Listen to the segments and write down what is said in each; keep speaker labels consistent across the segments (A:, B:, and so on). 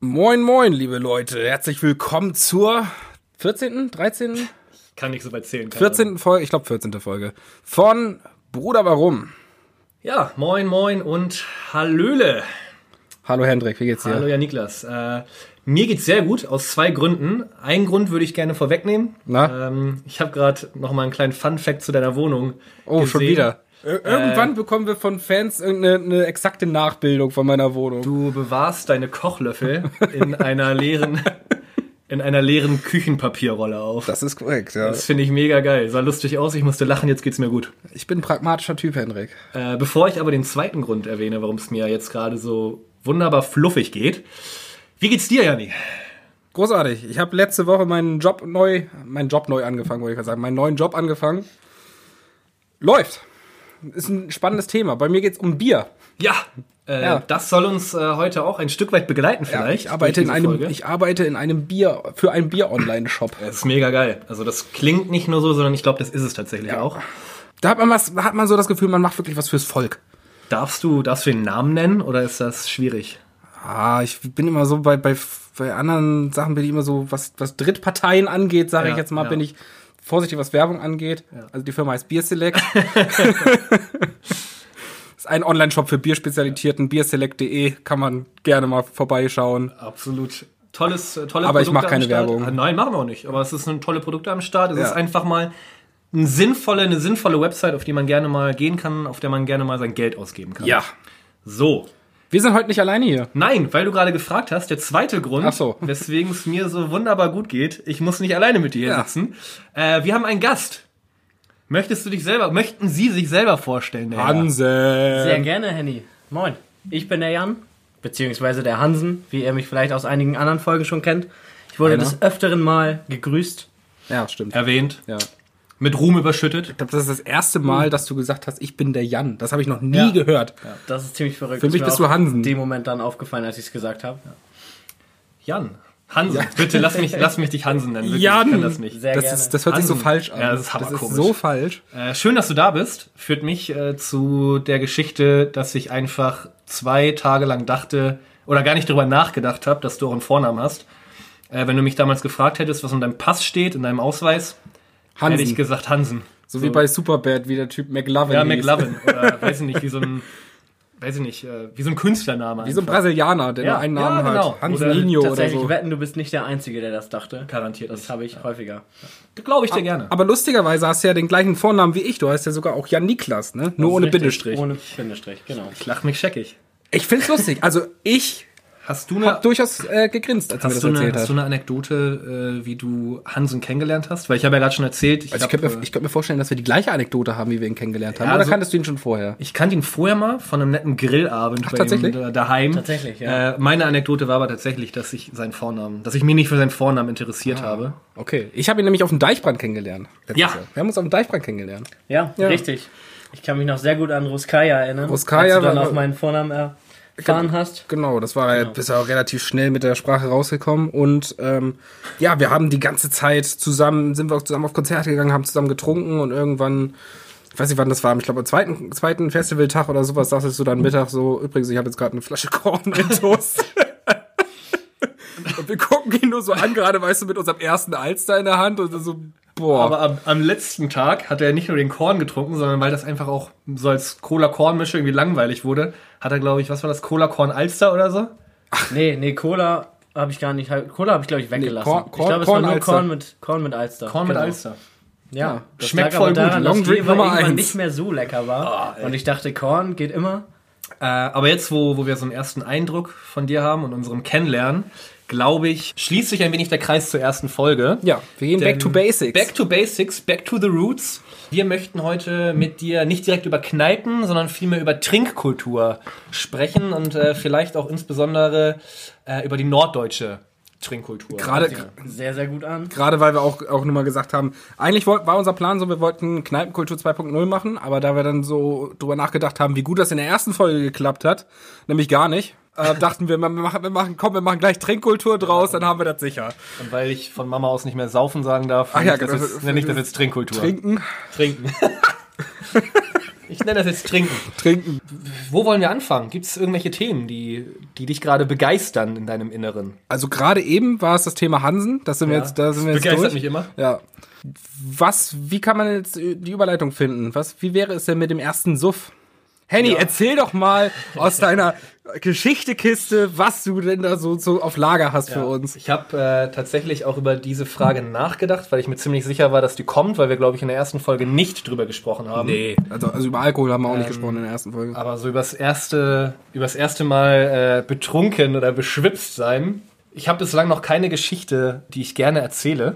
A: Moin, moin, liebe Leute. Herzlich willkommen zur 14., 13.,
B: Kann nicht so weit zählen. keine
A: 14. Folge, ich glaube 14. Folge von Bruder Warum.
B: Ja, moin, moin und Hallöle.
A: Hallo Hendrik, wie geht's dir?
B: Hallo, ja, Niklas. Äh, mir geht's sehr gut, aus zwei Gründen. Einen Grund würde ich gerne vorwegnehmen.
A: Na?
B: Ähm, ich habe gerade noch mal einen kleinen Fun-Fact zu deiner Wohnung
A: oh,
B: gesehen.
A: schon wieder. Ir- Irgendwann bekommen wir von Fans irgendeine eine exakte Nachbildung von meiner Wohnung.
B: Du bewahrst deine Kochlöffel in einer leeren, in einer leeren Küchenpapierrolle auf. Das,
A: das ist korrekt, ja.
B: finde ich mega geil. Sah lustig aus, ich musste lachen, jetzt geht's mir gut.
A: Ich bin ein pragmatischer Typ, Hendrik.
B: Äh, bevor ich aber den zweiten Grund erwähne, warum es mir jetzt gerade so wunderbar fluffig geht. Wie geht's dir, Janni?
A: Großartig. Ich habe letzte Woche meinen Job neu, meinen Job neu angefangen, wollte ich gerade sagen, meinen neuen Job angefangen. Läuft. Ist ein spannendes Thema. Bei mir geht's um Bier.
B: Ja, äh,
A: Ja.
B: das soll uns äh, heute auch ein Stück weit begleiten
A: Ja,
B: vielleicht.
A: ich arbeite
B: durch
A: in
B: diese
A: einem,
B: Folge.
A: ich arbeite in einem Bier, für einen Bier-Online-Shop.
B: das ist mega geil. Also das klingt nicht nur so, sondern ich glaube, das ist es tatsächlich auch.
A: Da hat man was, hat man so das Gefühl, man macht wirklich was fürs Volk.
B: Darfst du, darfst du den Namen nennen oder ist das schwierig?
A: Ah, ich bin immer so bei, bei, bei anderen Sachen bin ich immer so, was, was Drittparteien angeht, sage
B: Ja,
A: ich jetzt mal,
B: ja.
A: bin ich vorsichtig, was Werbung angeht. Also die Firma heißt Beer Select. ist ein Online-Shop für Bierspezialitäten, bierselect.de, kann man gerne mal vorbeischauen.
B: Absolut. Tolles, äh, tolle
A: Aber ich mach
B: am
A: keine
B: Start.
A: Werbung.
B: Ah, Nein, machen wir auch nicht. Aber es ist eine tolle Produkte am Start. Es
A: Ja.
B: ist einfach mal eine sinnvolle, eine sinnvolle Website, auf die man gerne mal gehen kann, auf der man gerne mal sein Geld ausgeben kann. So.
A: Wir sind heute nicht alleine hier.
B: Nein, weil du gerade gefragt hast, der zweite Grund,
A: Ach so.
B: weswegen es mir so wunderbar gut geht, ich muss nicht alleine mit dir hier
A: Ja.
B: sitzen. Äh, wir haben einen Gast. Möchtest du dich selber, möchten Sie sich selber vorstellen? Herr?
A: Hanse.
C: Sehr gerne, Henny. Moin. Ich bin der Jan, beziehungsweise der Hansen, wie ihr mich vielleicht aus einigen anderen Folgen schon kennt. Ich wurde
A: Einer.
C: des Öfteren mal gegrüßt.
A: Ja, stimmt.
B: Erwähnt,
A: Ja.
B: mit Ruhm überschüttet.
A: Ich glaube, das ist das erste
B: Mhm.
A: Mal, dass du gesagt hast, ich bin der Jan. Das habe ich noch nie gehört.
C: Das ist ziemlich verrückt.
A: Für mich
C: Ist mir
A: bist
C: auch
A: du Hansen.
C: In dem Moment dann aufgefallen, als ich es gesagt habe.
B: Jan. Hansen, bitte lass mich, lass mich dich Hansen nennen. wirklich,
A: Jan.
B: Ich kann das nicht.
C: Sehr
A: Das,
C: gerne.
A: ist, das hört sich so
B: Hansen.
A: falsch an.
B: Ja, das ist hammerkomisch.
A: so falsch.
B: Äh, schön, dass du da bist. Führt mich äh, zu der Geschichte, dass ich einfach zwei Tage lang dachte oder gar nicht darüber nachgedacht habe, dass du auch einen Vornamen hast. Äh, wenn du mich damals gefragt hättest, was in deinem Pass steht, in deinem Ausweis, hätte ich
A: Hansen.
B: gesagt Hansen.
A: So wie bei Superbad, wie der Typ McLovin.
B: Ja,
A: hieß.
B: McLovin. Oder weiß ich nicht, wie so ein, weiß ich nicht, äh, wie so ein Künstlername.
A: Wie so ein Brasilianer, der
B: Ja,
A: nur einen Namen
B: ja, genau.
A: hat. Hanselinho oder
C: Tatsächlich
A: so.
C: wetten, du bist nicht der Einzige, der das dachte.
B: Garantiert.
C: Das habe ich häufiger.
B: glaube ich dir gerne.
A: Aber lustigerweise hast du ja den gleichen Vornamen wie ich. Du heißt ja sogar auch Jan Niklas, ne? Nur
C: Das ist
A: ohne
C: richtig.
A: Bindestrich.
C: Ohne Bindestrich, genau.
B: Ich lach mich scheckig.
A: Ich find's lustig. Also ich
B: Hast du
A: hab
B: eine,
A: durchaus äh, gegrinst, als
B: hast
A: du
B: du
A: mir das
B: eine,
A: erzählt
B: hast
A: hast.
B: du eine Anekdote, äh, wie du Hansen kennengelernt hast? Weil ich habe ja gerade schon erzählt, ich
A: Also ich
B: hab,
A: könnte mir,
B: äh,
A: ich könnte mir vorstellen, dass wir die gleiche Anekdote haben, wie wir ihn kennengelernt haben.
B: Ja, also-
A: Oder
B: so-
A: kanntest du ihn schon vorher?
B: äh, Ich kannte ihn vorher mal von einem netten Grillabend bei
A: tatsächlich?
B: ihm da- daheim.
C: Tatsächlich, ja.
B: Äh, meine Anekdote war aber tatsächlich, dass ich seinen Vornamen, dass ich mich nicht für seinen
A: Ah.
B: Vornamen interessiert habe.
A: Okay. Ich habe ihn nämlich auf dem Deichbrand kennengelernt. letztes
B: Ja.
A: Wir haben uns auf dem Deichbrand kennengelernt.
C: Ja,
A: Ja.
C: richtig. Ich kann mich noch sehr gut an Ruskaya erinnern.
A: Ruskaya
C: als du dann
A: war-
C: auch meinen Vornamen erfahren hast.
A: Genau, das war ja bisher auch relativ schnell mit der Sprache rausgekommen. Und ähm, ja, wir haben die ganze Zeit zusammen, sind wir auch zusammen auf Konzerte gegangen, haben zusammen getrunken und irgendwann, ich weiß nicht wann das war, ich glaube am zweiten, zweiten Festivaltag oder sowas, sagtest du dann Mittag so, übrigens, ich habe jetzt gerade eine Flasche Korn in Toast. und wir gucken ihn nur so an, gerade weißt du, mit unserem ersten Alster in der Hand und so, boah.
B: Aber am, am letzten Tag hat er nicht nur den Korn getrunken, sondern weil das einfach auch so als Cola-Korn-Mische irgendwie langweilig wurde, hat er, glaube ich, was war das, Cola-Korn-Alster oder so?
C: Nee, nee, Cola habe ich gar nicht. Cola habe ich, glaube ich, weggelassen.
A: Korn- Korn-
C: ich glaube, es
A: Korn
C: war nur
A: Alster.
C: Korn mit, Korn mit Alster.
B: Korn mit
C: Genau.
B: Alster.
C: Ja. Das
B: Schmeckt
C: lag aber
B: voll gut.
C: Daran,
A: Long
C: dass
A: Drink
C: die Nummer
A: Nummer
C: irgendwann
A: eins.
C: nicht mehr so lecker war. und ich dachte, Korn geht immer.
B: Äh, aber jetzt, wo, wo wir so einen ersten Eindruck von dir haben und unserem Kennenlernen, glaube ich, schließt sich ein wenig der Kreis zur ersten Folge.
A: ja, wir gehen back to basics.
B: Back to Basics, Back to the Roots. Wir möchten heute mit dir nicht direkt über Kneipen, sondern vielmehr über Trinkkultur sprechen und äh, vielleicht auch insbesondere äh, über die norddeutsche Trinkkultur.
A: gerade,
C: Sehr, sehr gut an.
A: Gerade weil wir auch, auch nur mal gesagt haben, eigentlich wollt, war unser Plan so, wir wollten Kneipenkultur 2.0 machen, aber da wir dann so drüber nachgedacht haben, wie gut das in der ersten Folge geklappt hat, nämlich gar nicht, äh, dachten wir, wir machen, wir machen, komm, wir machen gleich Trinkkultur draus, dann haben wir das sicher.
B: Und weil ich von Mama aus nicht mehr saufen sagen darf,
A: Ach ja,
B: nenne ich das
A: genau.
B: jetzt, nenne ich das jetzt Trinkkultur.
A: Trinken.
B: Trinken. Ich nenne das jetzt Trinken.
A: Trinken.
B: Wo wollen wir anfangen? Gibt es irgendwelche Themen, die, die dich gerade begeistern in deinem Inneren?
A: Also gerade eben war es das Thema Hansen. Das sind wir
B: Ja.
A: jetzt, da sind wir jetzt
B: Begeistert
A: durch.
B: mich immer.
A: Ja. Was, wie kann man jetzt die Überleitung finden? Was, wie wäre es denn mit dem ersten Suff? Henny, erzähl doch mal aus deiner Geschichtekiste, was du denn da so, so auf Lager hast für
B: Ja.
A: uns.
B: Ich habe äh, tatsächlich auch über diese Frage nachgedacht, weil ich mir ziemlich sicher war, dass die kommt, weil wir, glaube ich, in der ersten Folge nicht drüber gesprochen haben.
A: Also, also über Alkohol haben wir auch
B: Ähm,
A: nicht gesprochen in der ersten Folge.
B: Aber so übers erste, übers erste Mal äh, betrunken oder beschwipst sein. Ich habe bislang noch keine Geschichte, die ich gerne erzähle.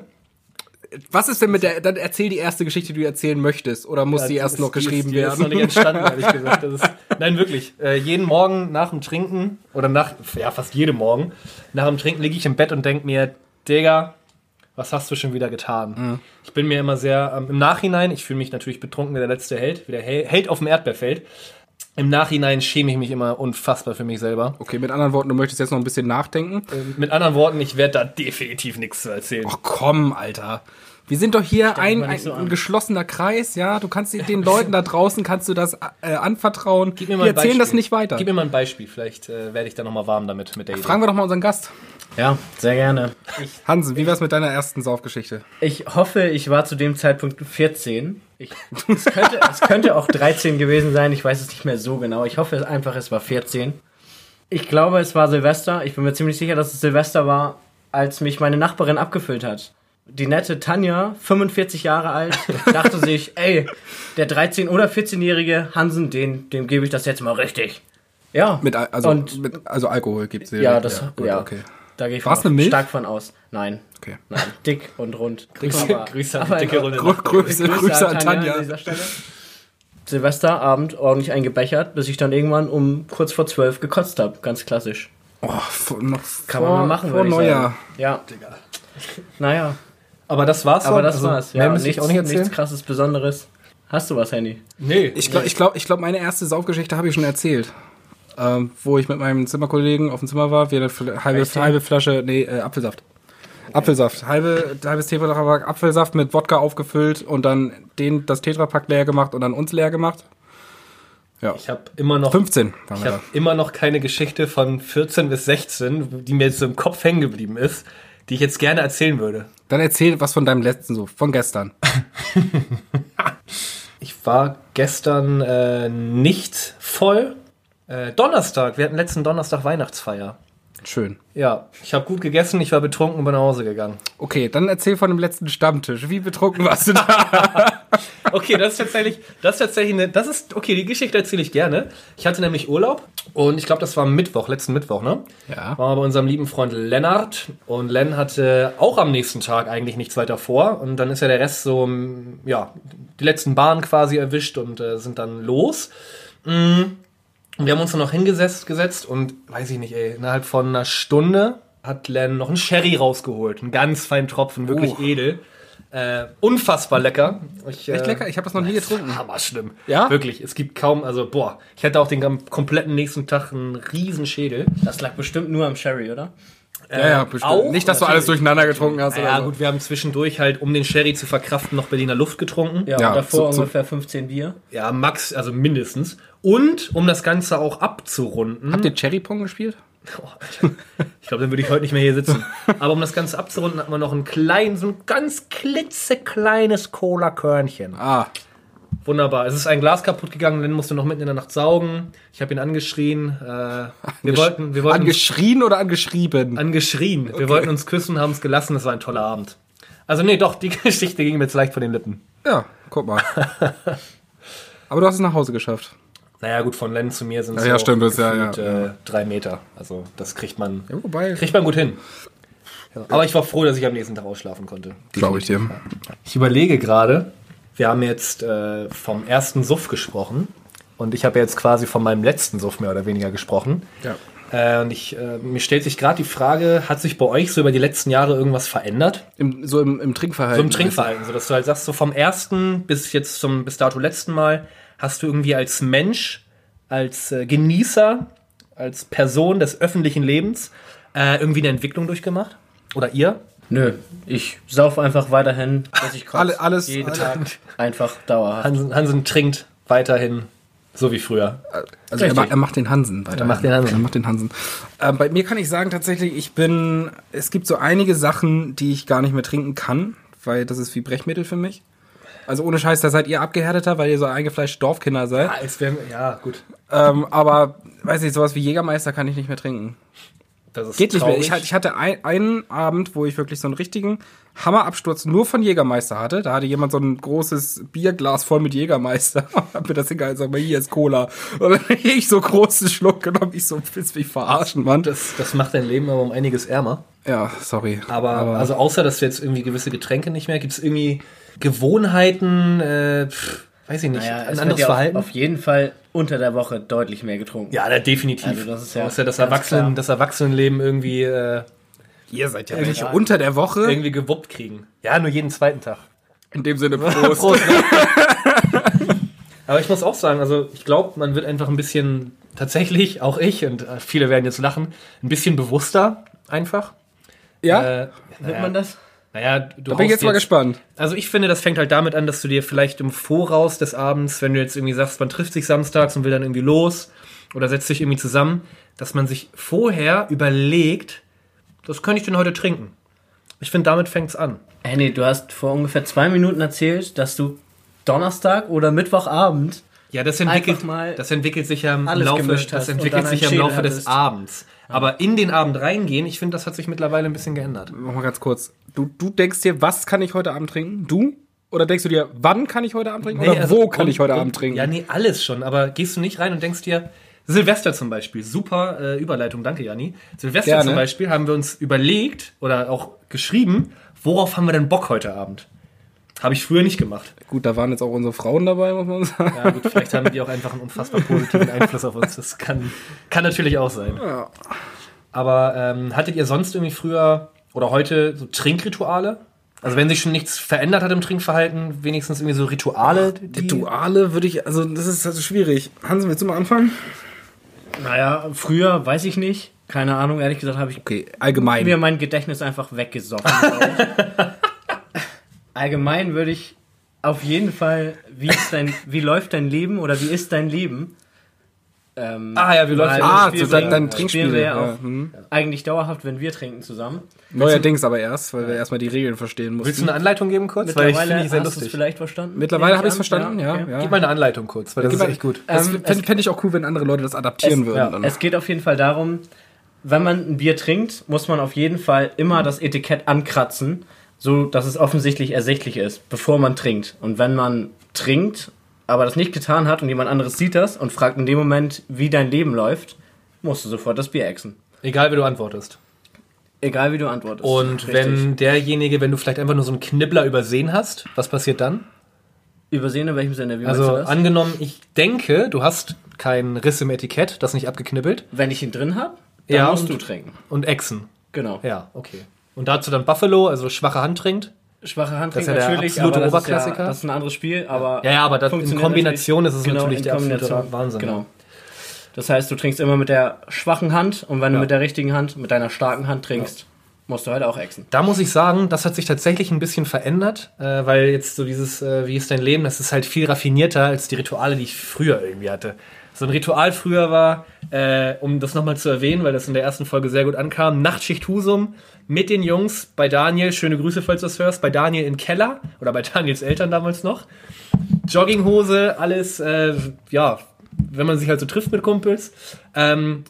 A: Was ist denn mit der, dann erzähl die erste Geschichte, die du erzählen möchtest. Oder muss die erst
B: ist-
A: noch
B: die ist-
A: geschrieben
B: die Ist noch
A: werden?
B: nicht entstanden, ehrlich gesagt. Das ist, nein, wirklich. Äh, jeden Morgen nach dem Trinken oder nach, ja, fast jedem Morgen, nach dem Trinken liege ich im Bett und denke mir, Digga, was hast du schon wieder getan?
A: Mhm.
B: Ich bin mir immer sehr, ähm, im Nachhinein, ich fühle mich natürlich betrunken wie der letzte Held, wie der Hel- Held auf dem Erdbeerfeld. Im Nachhinein schäme ich mich immer unfassbar für mich selber.
A: Okay, mit anderen Worten, du möchtest jetzt noch ein bisschen nachdenken.
B: Mit anderen Worten, ich werde da definitiv nichts zu erzählen.
A: Ach Oh, komm, Alter. Wir sind doch hier ein,
C: mal
A: ein,
C: nicht so an.
A: ein geschlossener Kreis, ja. Du kannst die- den Leuten da draußen kannst du das äh, anvertrauen.
B: Gib mir mal
A: wir
B: ein
A: erzählen das
B: Beispiel.
A: nicht weiter.
B: Gib mir mal ein Beispiel, vielleicht äh, werde ich da nochmal warm damit mit der Idee.
A: Fragen wir doch mal unseren Gast.
C: Ja, sehr gerne.
A: Hansen, wie wär's mit deiner ersten Saufgeschichte?
C: Ich hoffe, ich war zu dem Zeitpunkt 14. Ich, es, könnte, es könnte auch 13 gewesen sein, ich weiß es nicht mehr so genau. Ich hoffe es einfach, es war 14. Ich glaube, es war Silvester. Ich bin mir ziemlich sicher, dass es Silvester war, als mich meine Nachbarin abgefüllt hat. Die nette Tanja, 45 Jahre alt, dachte sich, ey, der 13- oder 14-jährige Hansen, den, dem gebe ich das jetzt mal richtig. Ja.
A: Mit, Al- also,
C: Und-
A: mit, also Alkohol gibt's hier.
C: ja, das,
A: gut,
C: ja.
A: Okay.
C: Da gehe ich
A: War's
C: von-
A: eine Milch?
C: stark von aus. Nein,
A: okay.
C: nein, dick und rund.
B: Grüße,
C: Aber-
B: Grüße an
C: aber-
B: die dicke Runde.
A: Grü Grüße, Grüße, an Tanja.
C: an dieser Stelle. Silvesterabend ordentlich eingebechert, bis ich dann irgendwann um kurz vor zwölf gekotzt habe. Ganz klassisch.
A: Oh, vor, noch
C: Kann man
A: vor,
C: mal machen,
A: vor
C: würde ich
A: Neujahr.
C: sagen. Ja, naja.
B: Aber das war's
C: Aber
B: schon?
C: das
B: Also,
C: war's.
B: Mehr
C: Ja,
B: müsste ich auch nicht erzählen?
C: nichts krasses Besonderes. Hast du was, Handy?
B: Nee.
A: Ich glaube, ich glaub, ich glaub, meine erste Saufgeschichte habe ich schon erzählt. Ähm, wo ich mit meinem Zimmerkollegen auf dem Zimmer war, wir eine Fl- halbe,
C: Eistee?
A: halbe Flasche, nee, äh, Apfelsaft. Apfelsaft. Halbe, halbes Tetrapack Apfelsaft mit Wodka aufgefüllt und dann den, das Tetrapack leer gemacht und dann uns leer gemacht. Ja.
B: ich habe immer noch
A: 15 waren
B: ich
A: wir
B: habe
A: da.
B: immer noch keine Geschichte von 14 bis 16, die mir jetzt so im Kopf hängen geblieben ist, die ich jetzt gerne erzählen würde.
A: Dann erzähl was von deinem letzten so, von gestern.
B: Ich war gestern äh, nicht voll. Äh, Donnerstag, wir hatten letzten Donnerstag Weihnachtsfeier.
A: Schön.
B: Ja, ich habe gut gegessen, ich war betrunken und bin nach Hause gegangen.
A: Okay, dann erzähl von dem letzten Stammtisch. Wie betrunken warst du da?
B: Okay, das ist tatsächlich, das ist tatsächlich eine, das ist, okay, die Geschichte erzähle ich gerne. Ich hatte nämlich Urlaub und ich glaube, das war Mittwoch, letzten Mittwoch, ne?
A: Ja.
B: Waren wir bei unserem lieben Freund Lennart und Len hatte auch am nächsten Tag eigentlich nichts weiter vor und dann ist ja der Rest so, mm, ja, die letzten Bahnen quasi erwischt und äh, sind dann los. Mm. Und wir haben uns dann noch hingesetzt gesetzt und weiß ich nicht, ey, innerhalb von einer Stunde hat Len noch einen Sherry rausgeholt. Einen ganz feinen Tropfen, wirklich
A: Oh.
B: edel. Äh, unfassbar lecker. Ich,
A: Echt
B: äh,
A: lecker? Ich habe das noch nie getrunken.
B: Hammer schlimm.
A: Ja?
B: Wirklich, es gibt kaum, also boah, ich hatte auch den gam- kompletten nächsten Tag einen riesen Schädel.
C: Das lag bestimmt nur am Sherry, oder?
A: Ja, ja, bestimmt.
B: Äh, auch
A: Nicht, dass du alles
B: natürlich.
A: durcheinander getrunken hast.
B: Ja,
A: so.
B: gut, wir haben zwischendurch halt, um den Sherry zu verkraften, noch Berliner Luft getrunken.
C: Ja,
A: Ja,
C: und davor
A: so- so-
C: ungefähr 15 Bier.
B: Ja, max, also mindestens. Und um das Ganze auch abzurunden.
A: Habt ihr Cherry Pong gespielt?
B: Oh, Alter. ich glaube, dann würde ich heute nicht mehr hier sitzen. Aber um das Ganze abzurunden, hat man noch einen kleinen, so ein ganz klitzekleines Cola-Körnchen.
A: Ah,
B: Wunderbar. Es ist ein Glas kaputt gegangen, dann musste noch mitten in der Nacht saugen. Ich habe ihn angeschrien. Äh, wir wollten, wir wollten
A: angeschrien oder angeschrieben?
B: angeschrien. Wir wollten uns küssen, haben es gelassen. Es war ein toller Abend. Also nee, doch, die Geschichte ging mir jetzt leicht von den Lippen.
A: ja, guck mal. Aber du hast es nach Hause geschafft.
B: Naja, gut, von Len zu mir sind es
A: Ja, ja, stimmt, das ist ja- ja.
B: äh, drei Meter. Also das kriegt man,
A: Ja, wobei.
B: kriegt man gut hin. Ja. Aber ich war froh, dass ich am nächsten Tag ausschlafen konnte.
A: Glaube ich dir.
B: Ich überlege gerade, wir haben jetzt äh, vom ersten Suff gesprochen und ich habe jetzt quasi von meinem letzten Suff mehr oder weniger gesprochen.
A: Ja.
B: Äh, und ich, äh, mir stellt sich gerade die Frage, hat sich bei euch so über die letzten Jahre irgendwas verändert?
A: Im, so im, im Trinkverhalten.
B: So im Trinkverhalten, so dass du halt sagst, so vom ersten bis jetzt zum bis dato letzten Mal hast du irgendwie als Mensch, als äh, Genießer, als Person des öffentlichen Lebens äh, irgendwie eine Entwicklung durchgemacht? Oder ihr?
C: Nö, ich sauf einfach weiterhin, bis ich kotze.
A: Alle- alles-
C: Jeden
A: alle-
C: Tag. Einfach dauerhaft.
B: Hansen, Hansen trinkt weiterhin so wie früher.
A: Also er,
B: Richtig.
A: ma- er macht den Hansen weiter.
B: Er macht den Hansen.
A: Er macht den Hansen. Ähm, bei mir kann ich sagen, tatsächlich, ich bin. Es gibt so einige Sachen, die ich gar nicht mehr trinken kann, weil das ist wie Brechmittel für mich. Also ohne Scheiß, da seid ihr abgehärteter, weil ihr so eingefleischte Dorfkinder seid.
B: Ah, es wär, ja, gut.
A: Ähm, aber weiß nicht, sowas wie Jägermeister kann ich nicht mehr trinken.
B: Das ist
A: Geht nicht mehr.
B: traurig.
A: Ich, hatte- ich hatte ein, einen Abend, wo ich wirklich so einen richtigen Hammerabsturz nur von Jägermeister hatte. Da hatte jemand so ein großes Bierglas voll mit Jägermeister. Hab mir das egal, sag mal, hier ist Cola. Und dann hab ich so großen Schluck genommen. Ich so, willst mich verarschen, Mann.
B: das, das macht dein Leben aber um einiges ärmer.
A: ja, sorry.
B: Aber, also außer, dass du jetzt irgendwie gewisse Getränke nicht mehr, gibt es irgendwie Gewohnheiten, äh, pf, weiß ich nicht,
C: Naja,
B: ein
C: es
B: anderes
C: wird ja
B: Verhalten?
C: Auf, auf jeden Fall unter der Woche deutlich mehr getrunken.
B: ja, da definitiv.
C: Also das ist ja
B: außer das,
C: ganz
B: Erwachsenen,
C: klar.
B: das Erwachsenenleben irgendwie, äh,
A: ihr seid ja welche unter der Woche.
B: irgendwie gewuppt kriegen. Ja, nur jeden zweiten Tag.
A: In dem Sinne, Prost.
B: Aber ich muss auch sagen, also ich glaube, man wird einfach ein bisschen, tatsächlich, auch ich, und äh, viele werden jetzt lachen, ein bisschen bewusster einfach.
A: Ja,
B: Äh,
C: Wird man das?
B: naja, du
A: da bin ich
B: haust
A: jetzt mal gespannt.
B: Also ich finde, das fängt halt damit an, dass du dir vielleicht im Voraus des Abends, wenn du jetzt irgendwie sagst, man trifft sich samstags und will dann irgendwie los oder setzt sich irgendwie zusammen, dass man sich vorher überlegt, das könnte ich denn heute trinken. Ich finde, damit fängt's an.
C: Henny, du hast vor ungefähr zwei Minuten erzählt, dass du Donnerstag oder Mittwochabend
B: Ja, das
C: Einfach mal
B: das entwickelt sich ja im
C: alles
B: Laufe,
C: gemischt
B: das
C: hast und
B: entwickelt
C: dann
B: sich ja im
C: einen
B: Laufe
C: Schädel
B: des
C: hattest.
B: Abends. Aber in den Abend reingehen, ich finde, das hat sich mittlerweile ein bisschen geändert.
A: Mach mal ganz kurz. Du, du denkst dir, was kann ich heute Abend trinken? Du? Oder denkst du dir, wann kann ich heute Abend trinken? Oder
B: Nee, also-
A: wo kann
B: und-
A: ich heute
B: und-
A: Abend trinken?
B: Ja, nee, alles schon. Aber gehst du nicht rein und denkst dir, Silvester zum Beispiel, super äh, Überleitung, danke Jani. Silvester
A: Gerne.
B: zum Beispiel haben wir uns überlegt oder auch geschrieben, worauf haben wir denn Bock heute Abend? Habe ich früher nicht gemacht.
A: Gut, da waren jetzt auch unsere Frauen dabei, muss man sagen.
B: Ja, gut, vielleicht haben die auch einfach einen unfassbar positiven Einfluss auf uns. Das kann, kann natürlich auch sein.
A: Ja.
B: Aber ähm, hattet ihr sonst irgendwie früher oder heute so Trinkrituale? Also wenn sich schon nichts verändert hat im Trinkverhalten, wenigstens irgendwie so Rituale? die-
A: Rituale würde ich, also das ist also schwierig. Hansen, willst du mal anfangen?
C: Naja, früher weiß ich nicht. Keine Ahnung, ehrlich gesagt habe ich
A: Okay, allgemein.
C: mir mein Gedächtnis einfach weggesoffen. glaub ich. Allgemein würde ich auf jeden Fall, wie, ist dein, wie läuft dein Leben oder wie ist dein Leben? Ähm,
B: Ah ja, wie läuft
C: weil
B: dein
A: ah,
C: das
A: so
C: spielen wir-
A: dein, dein
C: das
A: Trinkspiel.
C: Spielen wir ja
A: ja,
C: auch
A: hm.
C: eigentlich dauerhaft, wenn wir trinken zusammen.
A: Neuerdings aber erst, weil wir erstmal die Regeln verstehen
B: Willst du
A: mussten.
B: eine Anleitung geben kurz? Weil ich
C: Mittlerweile
B: finde die sehr
C: hast du es
B: lustig.
C: vielleicht verstanden.
A: Mittlerweile
C: Nehme
A: habe ich es
C: an.
A: verstanden, ja.
C: okay.
A: ja,
B: Gib mal eine Anleitung kurz, weil das
A: Gib
B: ist
A: mal-
B: echt gut.
A: Das
C: Ähm,
A: fände fänd ich auch cool, wenn andere Leute das adaptieren würden.
C: Ja,
A: dann.
C: es geht auf jeden Fall darum, wenn man ein Bier trinkt, muss man auf jeden Fall immer das Etikett ankratzen, so dass es offensichtlich ersichtlich ist, bevor man trinkt. Und wenn man trinkt, aber das nicht getan hat und jemand anderes sieht das und fragt in dem Moment, wie dein Leben läuft, musst du sofort das Bier exen.
B: Egal, wie du antwortest.
C: Egal wie du antwortest.
B: Und
C: Richtig.
B: wenn derjenige, wenn du vielleicht einfach nur so einen Knibbler übersehen hast, was passiert dann?
C: Übersehen in welchem Sinne? Wie
B: Also
C: meinst du das?
B: angenommen, ich denke, du hast keinen Riss im Etikett, das nicht abgeknibbelt
C: Wenn ich ihn drin habe, dann
B: Ja,
C: musst
B: und-
C: du trinken.
B: und Echsen.
C: Genau.
B: Ja, okay. Und dazu dann Buffalo, also schwache Hand trinkt.
C: Schwache Hand
B: Das ist
C: trinkt
B: ja der
C: natürlich,
B: absolute
C: aber das ist,
B: Oberklassiker.
C: ja, das ist ein anderes Spiel, aber
B: Ja, ja, aber das, in
C: funktioniert
B: Kombination
C: natürlich.
B: ist es
C: Genau,
B: natürlich
C: in
B: der absolute
C: Kombination.
B: Wahnsinn.
C: Genau. Das heißt, du trinkst immer mit der schwachen Hand und wenn du mit der richtigen Hand, mit deiner starken Hand trinkst, musst du halt auch exen.
B: Da muss ich sagen, das hat sich tatsächlich ein bisschen verändert, äh, weil jetzt so dieses, äh, wie ist dein Leben, das ist halt viel raffinierter als die Rituale, die ich früher irgendwie hatte. So ein Ritual früher war, äh, um das nochmal zu erwähnen, weil das in der ersten Folge sehr gut ankam, Nachtschicht Husum mit den Jungs bei Daniel, schöne Grüße, falls du das hörst, bei Daniel im Keller oder bei Daniels Eltern damals noch. Jogginghose, alles, äh, ja, wenn man sich halt so trifft mit Kumpels. Ähm,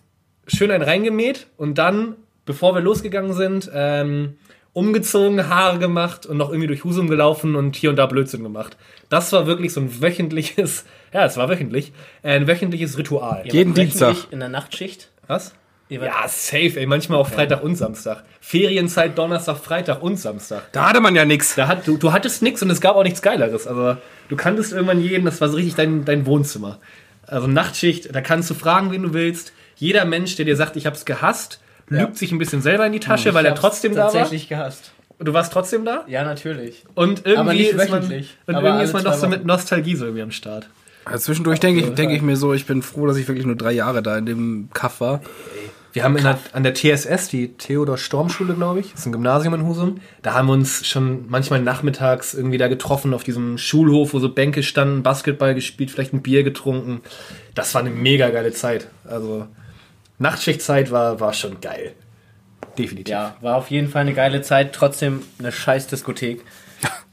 B: schön einen reingemäht und dann, bevor wir losgegangen sind, ähm, umgezogen, Haare gemacht und noch irgendwie durch Husum gelaufen und hier und da Blödsinn gemacht. Das war wirklich so ein wöchentliches, ja, es war wöchentlich, äh, ein wöchentliches Ritual.
A: Jeden
C: Aber wöchentlich
A: Dienstag.
C: In der Nachtschicht.
B: Was?
C: Ihr wart-
B: Ja, safe, ey, manchmal auch Freitag und Samstag. Ferienzeit, Donnerstag, Freitag und Samstag.
A: da hatte man ja nichts.
B: Da hat, du, du hattest nichts und es gab auch nichts Geileres. Also du kanntest irgendwann jeden, das war so richtig dein, dein Wohnzimmer. Also Nachtschicht, da kannst du fragen, wen du willst. Jeder Mensch, der dir sagt, ich hab's gehasst, lügt sich ein bisschen selber in die Tasche, weil
C: Hm, Ich
B: er
C: hab's
B: trotzdem da war.
C: tatsächlich gehasst.
B: Du warst trotzdem da?
C: Ja, natürlich.
B: Und irgendwie
C: Aber nicht
B: ist man, und
C: wöchentlich, aber
B: irgendwie ist man
C: alle
B: doch
C: zwei
B: so mit
C: Wochen.
B: Nostalgie so irgendwie am Start.
A: Also zwischendurch denke ich, denke ich mir so, ich bin froh, dass ich wirklich nur drei Jahre da in dem Kaff war.
B: Wir haben in der, an der TSS, die Theodor-Storm-Schule, glaube ich, ist ein Gymnasium in Husum, da haben wir uns schon manchmal nachmittags irgendwie da getroffen auf diesem Schulhof, wo so Bänke standen, Basketball gespielt, vielleicht ein Bier getrunken. Das war eine mega geile Zeit. Also Nachtschichtzeit war, war schon geil. Definitiv.
C: Ja, war auf jeden Fall eine geile Zeit, trotzdem eine scheiß Diskothek.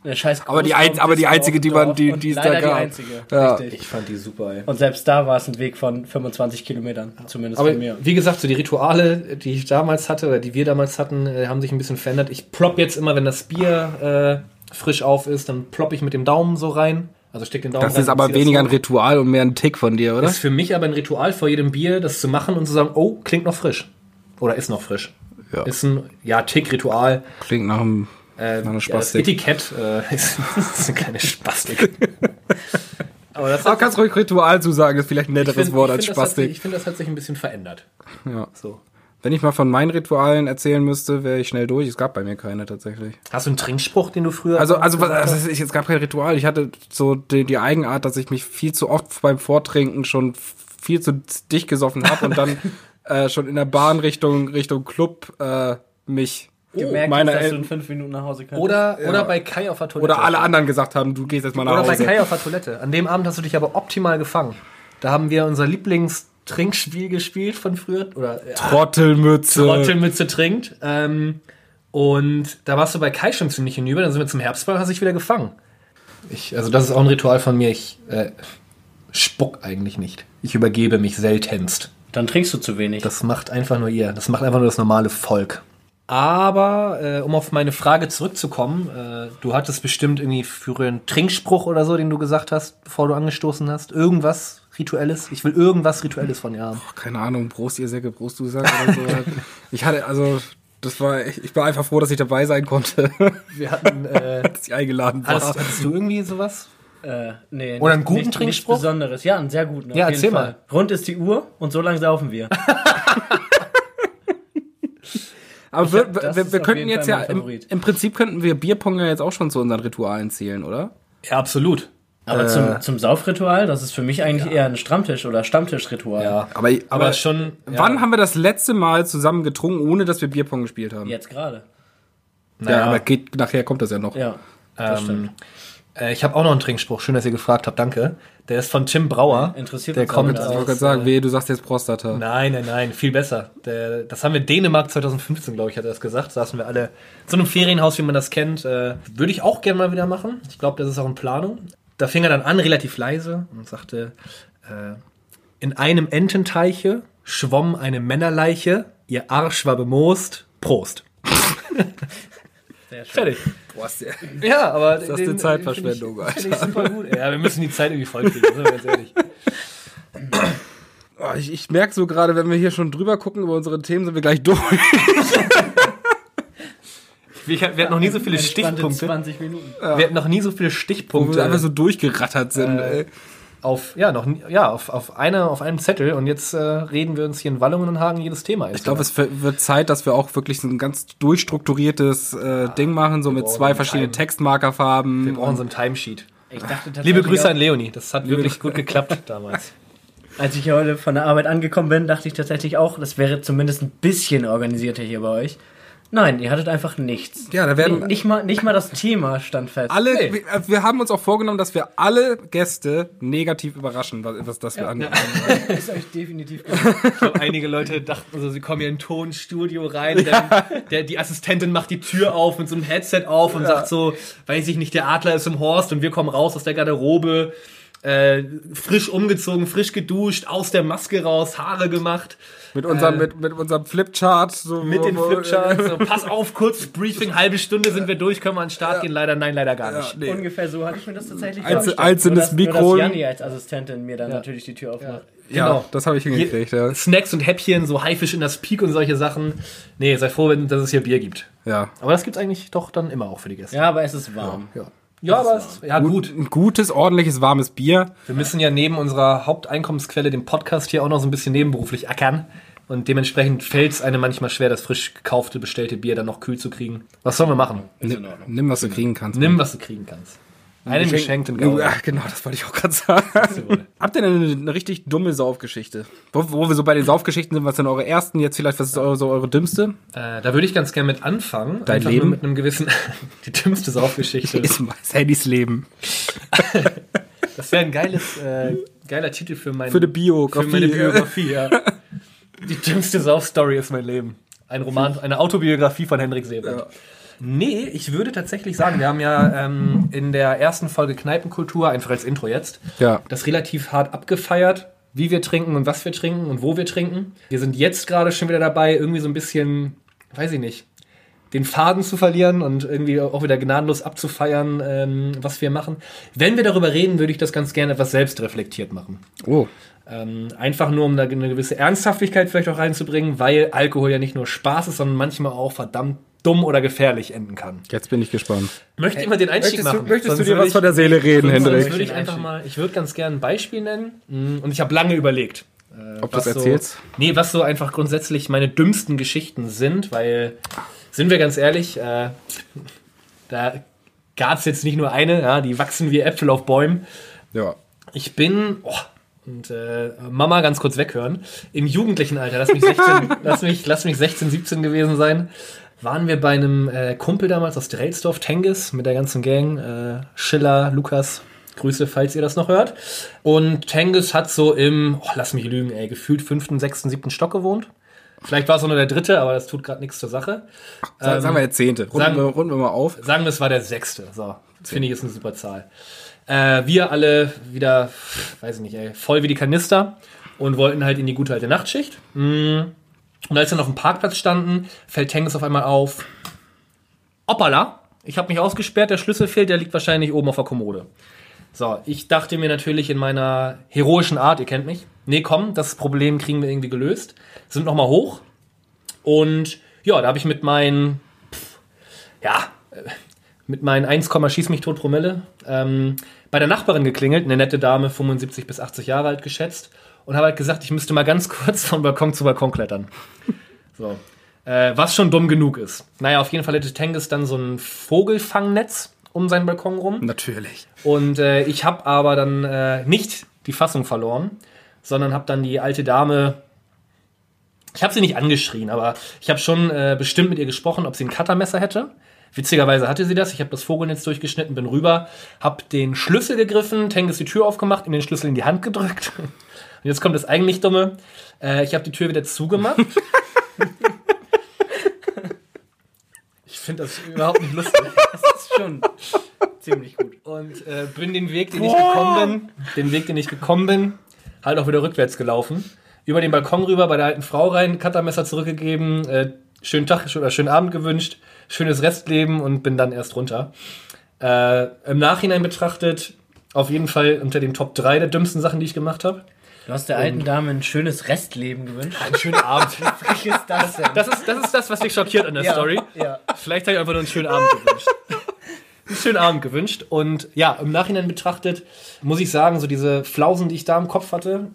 C: Eine scheiß
A: Aber die ein- aber die
C: Großraum-
A: einzige, die man- die-
C: und
A: die es
C: leider
A: da gab.
C: Die einzige,
A: Ja.
C: richtig.
B: Ich fand die super, ey.
C: Und selbst da war es ein Weg von 25 Kilometern, zumindest
B: Aber
C: bei mir.
B: wie gesagt, so die Rituale, die ich damals hatte oder die wir damals hatten, äh, haben sich ein bisschen verändert. Ich plopp jetzt immer, wenn das Bier äh, frisch auf ist, dann plopp ich mit dem Daumen so rein. Also steck den Daumen
A: Das
B: rein
A: ist
B: und
A: aber
B: zieh das
A: weniger ein
B: hoch.
A: Ritual und mehr ein Tick von dir, oder?
B: Das ist für mich aber ein Ritual vor jedem Bier, das zu machen und zu sagen, oh, klingt noch frisch. Oder ist noch frisch.
A: Ja.
B: Ist ein, ja, Tick-Ritual.
A: Klingt nach einem.
B: Äh,
A: Eine
B: ja, das
A: Spastik.
B: Etikett äh, ist, ist eine kleine Spastik. aber das
A: Aber kannst ruhig Ritual zu sagen, ist vielleicht ein
B: ich
A: netteres
B: find-
A: Wort
B: ich
A: als
B: find, das hat sich-
A: Spastik.
B: Ich finde, das hat sich ein bisschen verändert.
A: Ja.
B: So.
A: Wenn ich mal von meinen Ritualen erzählen müsste, wäre ich schnell durch. Es gab bei mir keine tatsächlich.
B: Hast du einen Trinkspruch, den du früher.
A: Also, also was, also es ist jetzt gab kein Ritual. Ich hatte so die, die Eigenart, dass ich mich viel zu oft beim Vortrinken schon viel zu dicht gesoffen habe und dann äh, schon in der Bahn Richtung Richtung Club äh, mich
C: Gemerkt,
A: meine
C: dass du
A: Eltern
C: in fünf Minuten nach Hause kannst.
B: Oder, Äh, oder bei Kai auf der Toilette.
A: oder alle anderen gesagt haben, du gehst jetzt mal nach
B: Oder bei
A: Hause.
B: Kai auf der Toilette. An dem Abend hast du dich aber optimal gefangen. Da haben wir unser Lieblingstrinkspiel gespielt von früher. Oder äh,
A: Trottelmütze.
B: Trottelmütze trinkt. Ähm, und da warst du bei Kai schon ziemlich hinüber. Dann sind wir zum Herbstball, hast dich wieder gefangen. Ich, also, das ist auch ein Ritual von mir. Ich äh, spuck eigentlich nicht. Ich übergebe mich seltenst.
C: Dann trinkst du zu wenig.
B: Das macht einfach nur ihr. Das macht einfach nur das normale Volk. Aber äh, um auf meine Frage zurückzukommen, äh, du hattest bestimmt irgendwie früher einen Trinkspruch oder so, den du gesagt hast, bevor du angestoßen hast. Irgendwas Rituelles. Ich will irgendwas Rituelles von dir haben.
A: keine Ahnung, Prost, ihr Säcke, Prost, du sagst oder so. ich hatte, also, das war, ich, ich war einfach froh, dass ich dabei sein konnte,
B: Wir hatten. Äh,
A: dass ich eingeladen war.
B: hattest, hattest du irgendwie sowas?
C: Äh, nee,
B: Oder einen
C: nicht-
B: guten
C: nicht,
B: Trinkspruch?
C: Nichts Besonderes. Ja, einen sehr guten. auf
B: Ja,
C: jeden
B: erzähl
C: Fall.
B: mal.
C: Rund ist die Uhr und so lange saufen wir.
A: Aber wir, wir,
C: das
A: wir,
C: ist
A: wir
C: auf
A: könnten
C: jeden
A: jetzt
C: Fall
A: ja,
C: mein
A: im,
C: Favorit.
A: im Prinzip könnten wir Bierpong ja jetzt auch schon zu unseren Ritualen zählen, oder?
B: Ja, absolut.
C: Aber zum, zum Saufritual, das ist für mich eigentlich eher ein Stammtisch- oder Stammtischritual.
B: Ja.
A: Aber, aber,
B: Aber schon.
A: wann haben wir das letzte Mal zusammen getrunken, ohne dass wir Bierpong gespielt haben?
C: Jetzt gerade.
A: Ja,
B: Naja.
A: aber geht, nachher kommt das ja noch.
C: Ja,
B: Ähm,
C: das stimmt.
B: Äh, ich habe auch noch einen Trinkspruch. Schön, dass ihr gefragt habt. Danke. Der ist von Tim Brauer.
C: Interessiert
B: Der
C: uns
B: kommt
A: Also Ich
C: auch
B: aus.
A: wollte gerade sagen, weh, du sagst jetzt Prostata.
B: Nein, nein, nein, viel besser. Der, das haben wir Dänemark 2015, glaube ich, hat er das gesagt. Saßen wir alle in so einem Ferienhaus, wie man das kennt. Äh, würde ich auch gerne mal wieder machen. Ich glaube, das ist auch in Planung. Da fing er dann an, relativ leise, und sagte: äh, In einem Ententeiche schwamm eine Männerleiche, ihr Arsch war bemoost. Prost.
C: Sehr schön.
B: Fertig.
A: Boah, ist der-
B: Ja, aber. Ist
A: das eine Zeitverschwendung,
B: Alter? Finde ich super gut. Ja, wir müssen die Zeit irgendwie vollkriegen, sind wir ganz ehrlich.
A: Oh, ich ich merke so gerade, wenn wir hier schon drüber gucken über unsere Themen, sind wir gleich durch.
B: Wir, wir hatten noch nie so viele
C: Entspannte
B: Stichpunkte.
C: 20 Minuten.
B: Wir hatten noch nie so
A: Wo
B: viele
A: wir
B: Stichpunkte.
A: einfach so durchgerattert sind. ey.
B: auf ja noch nie- ja auf, auf einer auf einem Zettel und jetzt äh, reden wir uns hier in Wallungen und Hagen jedes Thema.
A: Ich glaube, es wird wird Zeit, dass wir auch wirklich so ein ganz durchstrukturiertes äh, Ding machen, so mit
B: brauchen
A: zwei
B: einen
A: verschiedenen
B: Timer.
A: Textmarkerfarben.
B: wir brauchen so ein Timesheet.
C: Ich dachte tatsächlich
B: Liebe Grüße
C: auch,
B: an Leonie, das hat wirklich gut geklappt damals.
C: Als ich hier heute von der Arbeit angekommen bin, dachte ich tatsächlich auch, das wäre zumindest ein bisschen organisierter hier bei euch. Nein, ihr hattet einfach nichts.
A: Ja, da werden-
C: N- nicht mal, nicht mal das Thema stand fest.
A: alle,
B: Nee.
A: wir, äh, wir haben uns auch vorgenommen, dass wir alle Gäste negativ überraschen, was, was das wir angeht.
C: ist euch definitiv
B: Ich glaube, einige Leute dachten so, sie kommen hier in ein Tonstudio rein, dann, der, die Assistentin macht die Tür auf mit so einem Headset auf und sagt so, weiß ich nicht, der Adler ist im Horst und wir kommen raus aus der Garderobe, äh, frisch umgezogen, frisch geduscht, aus der Maske raus, Haare gemacht.
A: Mit unserem, mit, mit unserem Flipchart. So,
B: Äh, Mit
A: wo-
B: den
A: wo-
B: Flipcharts. äh, So, pass auf, kurzes Briefing, halbe Stunde sind wir durch, können wir an den Start gehen. Leider nein, leider gar nicht.
A: Nee.
C: Ungefähr so hatte ich mir das tatsächlich
A: Einzel-
C: vorgestellt.
A: einzelnes
C: nur, dass,
A: Mikro-
C: Nur, dass Janni als Assistentin mir dann natürlich die Tür aufmacht.
A: Ja,
B: genau.
A: das habe ich hingekriegt. Ja.
B: Snacks und Häppchen, so Haifisch in das Peak und solche Sachen. Nee, sei froh, wenn, dass es hier Bier gibt.
A: ja.
B: Aber das gibt's eigentlich doch dann immer auch für die Gäste.
C: Ja, aber es ist warm.
B: ja. Ja, aber es, ja, gut.
A: Ein gutes, ordentliches, warmes Bier.
B: Wir müssen ja neben unserer Haupteinkommensquelle, dem Podcast, hier auch noch so ein bisschen nebenberuflich ackern. Und dementsprechend fällt's einem manchmal schwer, das frisch gekaufte, bestellte Bier dann noch kühl zu kriegen. Was sollen wir machen?
A: Nimm, was du kriegen kannst.
B: Nimm, was du kriegen kannst. Einem geschenkten Gaul.
A: Ja, genau, das wollte ich auch gerade sagen. Habt ihr denn eine, eine richtig dumme Saufgeschichte? Wo, wo wir so bei den Saufgeschichten sind, was sind eure ersten, jetzt vielleicht, was ist eure, so eure dümmste?
B: Äh, da würde ich ganz gerne mit anfangen.
A: Dein
B: Einfach
A: Leben?
B: Nur mit einem gewissen, die dümmste Saufgeschichte.
A: Ist Sandys Leben.
B: Das wäre ein geiles, äh, geiler Titel für, mein,
A: Für eine Biografie.
B: Für meine Biografie, ja. Die dümmste Sauf-Story ist mein Leben. Ein Roman,
A: Hm.
B: eine Autobiografie von Henrik Seebert. Nee, ich würde tatsächlich sagen, wir haben ja ähm, in der ersten Folge Kneipenkultur, einfach als Intro jetzt,
A: Ja.
B: das relativ hart abgefeiert, wie wir trinken und was wir trinken und wo wir trinken. Wir sind jetzt gerade schon wieder dabei, irgendwie so ein bisschen, weiß ich nicht, den Faden zu verlieren und irgendwie auch wieder gnadenlos abzufeiern, ähm, was wir machen. Wenn wir darüber reden, würde ich das ganz gerne etwas selbstreflektiert machen.
A: Oh.
B: Ähm, einfach nur, um da eine gewisse Ernsthaftigkeit vielleicht auch reinzubringen, weil Alkohol ja nicht nur Spaß ist, sondern manchmal auch verdammt dumm oder gefährlich enden kann. Äh,
A: Jetzt bin ich gespannt.
B: Möchte immer den Einstieg machen. Sonst würde ich-
A: der Seele reden,
B: Sonst würde ich einfach mal, ich würde ganz gerne ein Beispiel nennen mm, und ich habe lange überlegt. äh,
A: Ob du's
B: was
A: erzählst?
B: So, nee, was so einfach grundsätzlich meine dümmsten Geschichten sind, weil, sind wir ganz ehrlich, äh, da gab es jetzt nicht nur eine, ja, die wachsen wie Äpfel auf Bäumen.
A: Ja.
B: Ich bin, oh, und äh, Mama ganz kurz weghören, im jugendlichen Alter, lass mich 16, lass mich, lass mich 16 17 gewesen sein, waren wir bei einem äh, Kumpel damals aus Drelsdorf, Tengis, mit der ganzen Gang, äh, Schiller, Lukas, Grüße, falls ihr das noch hört. Und Tengis hat so im, oh, lass mich lügen, ey, gefühlt fünften, sechsten, siebten Stock gewohnt. Vielleicht war es auch nur der dritte, aber das tut gerade nichts zur Sache.
A: Sa- sagen wir der Zehnte. Runden,
B: sagen-
A: wir, runden wir mal auf.
B: Sagen wir, es war der sechste. So, das finde ich ist eine super Zahl. Äh, wir alle wieder, weiß ich nicht, ey, voll wie die Kanister und wollten halt in die gute alte Nachtschicht. Mm. Und als wir noch auf dem Parkplatz standen, fällt Tennis auf einmal auf. Oppala, ich habe mich ausgesperrt, der Schlüssel fehlt, der liegt wahrscheinlich oben auf der Kommode. So, ich dachte mir natürlich in meiner heroischen Art, ihr kennt mich, nee, komm, das Problem kriegen wir irgendwie gelöst. Sind nochmal hoch. Und ja, da habe ich mit meinen ja, äh, mit meinen 1, Komma schieß mich tot Promille, ähm, bei der Nachbarin geklingelt, eine nette Dame, 75 bis 80 Jahre alt geschätzt, und habe halt gesagt, ich müsste mal ganz kurz von Balkon zu Balkon klettern. So. Äh, was schon dumm genug ist. Naja, auf jeden Fall hätte Tengis dann so ein Vogelfangnetz um seinen Balkon rum.
A: Natürlich.
B: Und äh, ich habe aber dann äh, nicht die Fassung verloren, sondern habe dann die alte Dame. Ich habe sie nicht angeschrien, aber ich habe schon äh, bestimmt mit ihr gesprochen, ob sie ein Cuttermesser hätte. Witzigerweise hatte sie das. Ich habe das Vogelnetz durchgeschnitten, bin rüber, habe den Schlüssel gegriffen, Tengis die Tür aufgemacht, ihm den Schlüssel in die Hand gedrückt. Und jetzt kommt das eigentlich Dumme. Äh, ich habe die Tür wieder zugemacht. ich finde das überhaupt nicht lustig.
C: Das ist schon ziemlich gut.
B: und äh, bin den Weg, den ich gekommen bin, den Weg, den ich gekommen bin, halt auch wieder rückwärts gelaufen. Über den Balkon rüber, bei der alten Frau rein, Cuttermesser zurückgegeben, äh, schönen Tag oder schönen Abend gewünscht, schönes Restleben und bin dann erst runter. Äh, Im Nachhinein betrachtet, auf jeden Fall unter den Top 3 der dümmsten Sachen, die ich gemacht habe.
C: Du hast der alten Dame ein schönes Restleben gewünscht.
B: Einen schönen Abend.
C: Was ist das denn?
B: Das ist, das ist das, was dich schockiert an der
C: Ja,
B: Story.
C: ja.
B: Vielleicht habe ich einfach nur einen schönen Abend gewünscht. Einen schönen Abend gewünscht. Und ja, im Nachhinein betrachtet, muss ich sagen, so diese Flausen, die ich da im Kopf hatte,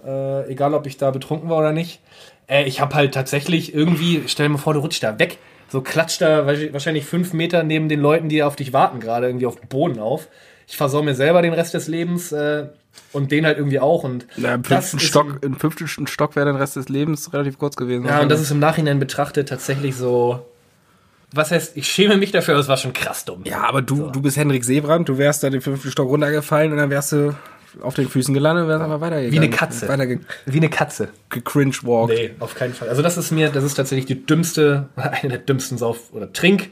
B: äh, egal ob ich da betrunken war oder nicht, äh, ich habe halt tatsächlich irgendwie, stell dir mal vor, du rutscht da weg. So klatscht da wa- wahrscheinlich fünf Meter neben den Leuten, die auf dich warten, gerade irgendwie auf dem Boden auf. Ich versau mir selber den Rest des Lebens äh, und den halt irgendwie auch. Und
A: Na, Im
B: das
A: fünften,
B: ist
A: Stock, Im fünften Stock wäre dein Rest des Lebens relativ kurz gewesen.
B: ja, und das ist im Nachhinein betrachtet tatsächlich so. Was heißt, ich schäme mich dafür, aber es war schon krass dumm.
A: ja aber du, du bist Henrik Sebrand, du wärst da den fünften Stock runtergefallen und dann wärst du auf den Füßen gelandet und wärst einfach weitergegangen.
B: Wie eine Katze.
A: Weiter ge
B: Wie eine Katze.
A: gecringe-walked.
B: Nee, auf keinen Fall. Also das ist mir, das ist tatsächlich die dümmste, eine der dümmsten Sauf- oder Trink,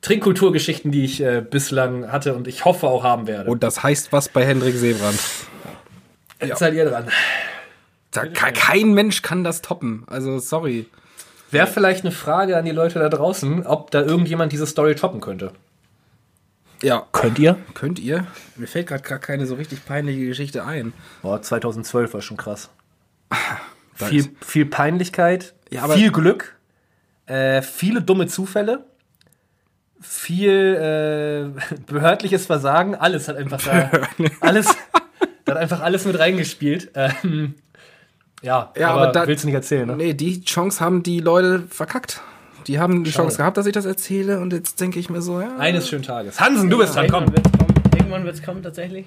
B: Trinkkulturgeschichten, die ich äh, bislang hatte und ich hoffe auch haben werde.
A: Und das heißt was bei Henrik Sebrand.
B: jetzt seid ihr dran.
A: Da kann, kein Mensch kann das toppen. Also, sorry.
B: Wäre vielleicht eine Frage an die Leute da draußen, ob da irgendjemand diese Story toppen könnte.
A: Ja,
B: Könnt ihr?
A: könnt ihr? Mir fällt gerade gar keine so richtig peinliche Geschichte ein.
B: Boah, 2012 war schon krass.
A: Da
B: viel, viel Peinlichkeit,
A: Ja, aber-
B: viel Glück, äh, viele dumme Zufälle, viel äh, behördliches Versagen, alles hat einfach da, alles, da hat einfach alles mit reingespielt. Ähm, ja,
A: Ja,
B: aber,
A: aber da-
B: willst du nicht erzählen, ne?
A: Nee, die Chance haben die Leute verkackt. Die haben die Chance gehabt, dass ich das erzähle und jetzt denke ich mir so, ja.
B: Eines schönen Tages. Hansen, du bist dran, komm.
C: Irgendwann wird- komm, Irgendwann wird es kommen, tatsächlich.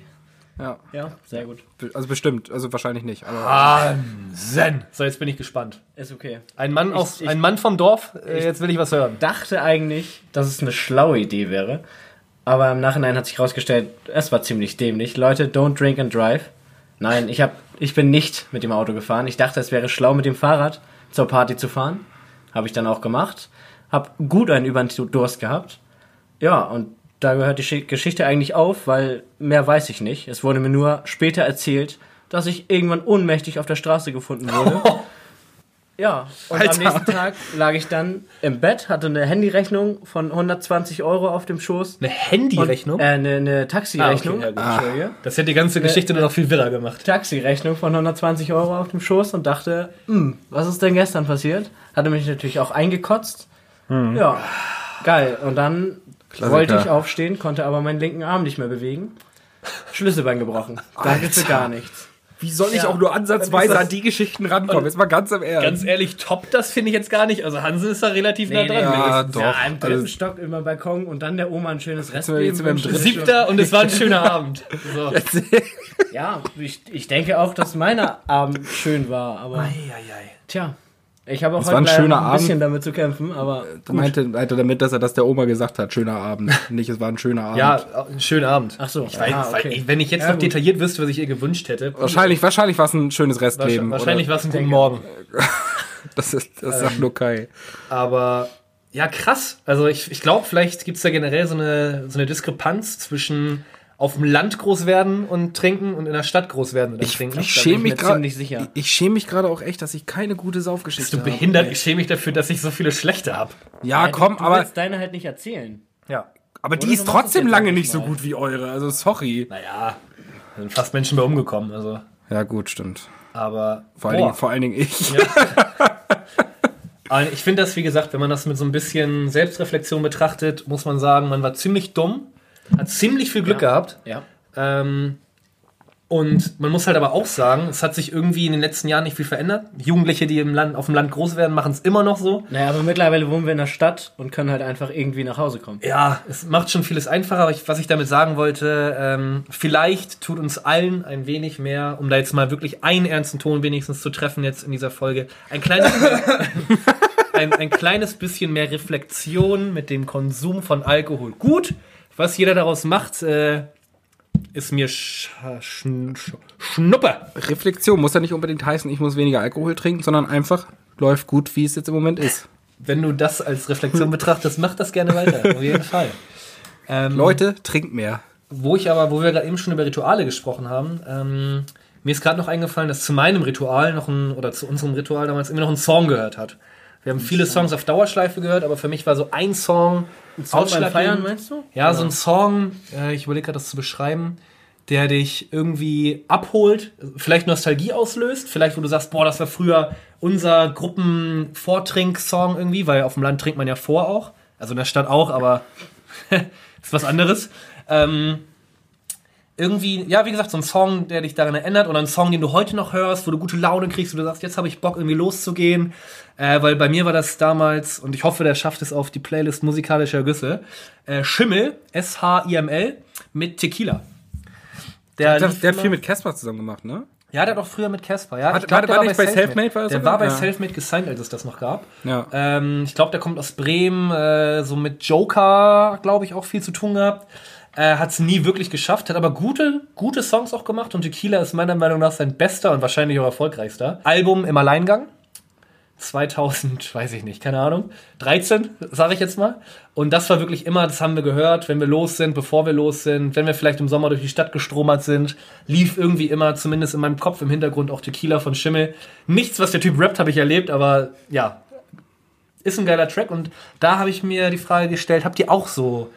A: Ja.
C: Ja, sehr gut.
A: Be- Also bestimmt, also wahrscheinlich nicht. Aber
C: Ah.
B: Hansen. So, jetzt bin ich gespannt.
C: Ist okay.
B: Ein Mann, aus,
C: ich-
B: ein Mann vom Dorf, äh, jetzt will ich was hören.
C: Dachte eigentlich, dass es eine schlaue Idee wäre. Aber im Nachhinein hat sich herausgestellt, es war ziemlich dämlich. Leute, don't drink and drive. Nein, ich, hab, ich bin nicht mit dem Auto gefahren. Ich dachte, es wäre schlau, mit dem Fahrrad zur Party zu fahren. Habe ich dann auch gemacht. Hab gut einen über den Durst gehabt. Ja, und da gehört die Schi- Geschichte eigentlich auf, weil mehr weiß ich nicht. Es wurde mir nur später erzählt, dass ich irgendwann ohnmächtig auf der Straße gefunden wurde. Ja, und
A: Alter.
C: am nächsten Tag lag ich dann im Bett, hatte eine Handyrechnung von 120 Euro auf dem Schoß.
B: Eine Handyrechnung?
C: Äh, eine, eine
B: Ah,
C: Taxirechnung.
B: okay, ja, gut.
C: Entschuldige.
B: Das hätte die
A: Äh,
B: ganze Geschichte nur noch viel wilder gemacht.
C: Taxirechnung von 120 Euro auf dem Schoß und dachte, "Hm, was ist denn gestern passiert? Hatte mich natürlich auch eingekotzt. Ja, geil. Und dann
A: Hm. Klassiker.
C: wollte ich aufstehen, konnte aber meinen linken Arm nicht mehr bewegen. Schlüsselbein gebrochen. Danke für gar nichts.
A: wie soll ich
C: Ja.
A: auch nur ansatzweise
B: das-
A: an die Geschichten rankommen? Jetzt mal ganz im Ernst.
B: Ganz ehrlich, top, das finde ich jetzt gar nicht. Also Hansen ist da relativ nah dran.
A: nee. Ja,
C: wenigstens.
A: doch.
C: Ja, im dritten
A: Also-
C: Stock über Balkon und dann der Oma ein schönes Rest.
A: sind wir- jetzt sind wir im dritten
B: Siebter und es war ein schöner Abend. So.
C: Ja, ich, ich denke auch, dass meiner Abend schön war, aber tja. Ich habe auch
A: war
C: heute
A: ein
C: leider
A: schöner
C: noch ein bisschen
A: Abend. Äh,
C: damit zu kämpfen, aber
A: Du meinte, meinte damit, dass er das der Oma gesagt hat. Schöner Abend. Nicht, es war ein schöner Abend.
B: Ja, ein schöner Abend.
C: Ach so.
B: Ich weiß,
C: Ah, okay.
B: weil- wenn ich jetzt
C: Ja,
B: noch
C: gut.
B: detailliert wüsste, was ich ihr gewünscht hätte.
A: Wahrscheinlich, wahrscheinlich war es ein schönes Restleben.
B: wahrscheinlich
A: oder?
B: war es ein guten Morgen.
A: Das, ist, das
C: Ähm,
A: sagt nur Kai.
B: Aber ja, krass. Also ich, ich glaube, vielleicht gibt es da generell so eine, so eine Diskrepanz zwischen auf dem Land groß werden und trinken und in der Stadt groß werden und dann trinken.
A: Ich
C: bin
A: schäme
C: ich
A: mich
C: mir
A: gerade.
C: ziemlich
A: Ich,
C: sicher.
A: ich schäme mich gerade auch echt, dass ich keine gute
B: Bist du
A: Saufgeschichte habe.
B: behindert? Ich schäme mich dafür, dass ich so viele schlechte habe.
A: Ja, Ah, komm,
C: du
A: aber,
C: willst deine halt nicht erzählen.
B: Ja.
A: aber
C: Oder
A: die
C: du
A: ist
C: machst es
A: trotzdem
C: jetzt
A: lange
C: einfach
A: nicht so
C: mal.
A: gut wie eure. Also sorry.
B: Naja, da sind fast Menschen bei umgekommen. Also,
A: Ja, gut, stimmt.
B: aber
A: Vor allen,
B: boah.
A: Dingen, vor allen Dingen ich.
B: Aber ich finde das, wie gesagt, wenn man das mit so ein bisschen Selbstreflexion betrachtet, muss man sagen, man war ziemlich dumm, hat ziemlich viel Glück gehabt.
C: Ja.
B: Ähm, und man muss halt aber auch sagen, es hat sich irgendwie in den letzten Jahren nicht viel verändert. Jugendliche, die im Land, auf dem Land groß werden, machen es immer noch so.
C: Naja, aber mittlerweile wohnen wir in der Stadt und können halt einfach irgendwie nach Hause kommen.
B: Ja, es macht schon vieles einfacher, aber ich, was ich damit sagen wollte, ähm, vielleicht tut uns allen ein wenig mehr, um da jetzt mal wirklich einen ernsten Ton wenigstens zu treffen jetzt in dieser Folge, ein kleines, ein, ein kleines bisschen mehr Reflexion mit dem Konsum von Alkohol. Gut, was jeder daraus macht, äh, ist mir sch schn sch Schnuppe.
A: Reflexion muss ja nicht unbedingt heißen, ich muss weniger Alkohol trinken, sondern einfach läuft gut, wie es jetzt im Moment ist.
B: Wenn du das als Reflexion betrachtest, mach das gerne weiter, auf jeden Fall. Ähm,
A: Leute, trinkt mehr.
B: Wo ich aber, wo wir gerade eben schon über Rituale gesprochen haben, ähm, mir ist gerade noch eingefallen, dass zu meinem Ritual noch ein, oder zu unserem Ritual damals immer noch ein Song gehört hat. Wir haben viele Songs auf Dauerschleife gehört, aber für mich war so ein Song,
C: Song beim
B: ausschlaggebend.
C: Feiern, meinst du?
B: Ja, so ein Song, äh, ich überlege gerade das zu beschreiben, der dich irgendwie abholt, vielleicht Nostalgie auslöst, vielleicht wo du sagst, boah, das war früher unser Gruppenvortrink-Song irgendwie, weil auf dem Land trinkt man ja vor auch, also in der Stadt auch, aber ist was anderes. Ähm, irgendwie, ja, wie gesagt, so ein Song, der dich daran erinnert oder ein Song, den du heute noch hörst, wo du gute Laune kriegst, wo du sagst, jetzt habe ich Bock, irgendwie loszugehen. Äh, weil bei mir war das damals, und ich hoffe, der schafft es auf die Playlist musikalischer Güsse, äh, Schimmel, S-H-I-M-L, mit Tequila. Der,
A: Der,
B: lief
A: der hat
B: immer-
A: viel mit Casper zusammen gemacht, ne?
B: ja, der hat auch früher mit Casper, ja.
A: Hat-
B: Ich glaub,
A: war-
B: der
A: war nicht bei Selfmade, war
B: War
A: das
B: der
A: sogar?
B: war bei
A: Ja.
B: Selfmade gesigned, als es das noch gab.
A: Ja.
B: Ähm, ich glaube, der kommt aus Bremen, äh, so mit Joker, glaube ich, auch viel zu tun gehabt. Äh, hat es nie wirklich geschafft, hat aber gute, gute Songs auch gemacht und Tequila ist meiner Meinung nach sein bester und wahrscheinlich auch erfolgreichster Album im Alleingang. 2000, weiß ich nicht, keine Ahnung, 13, sage ich jetzt mal. Und das war wirklich immer, das haben wir gehört, wenn wir los sind, bevor wir los sind, wenn wir vielleicht im Sommer durch die Stadt gestromert sind, lief irgendwie immer, zumindest in meinem Kopf im Hintergrund, auch Tequila von Schimmel. Nichts, was der Typ rappt, habe ich erlebt, aber ja, ist ein geiler Track. Und da habe ich mir die Frage gestellt, habt ihr auch so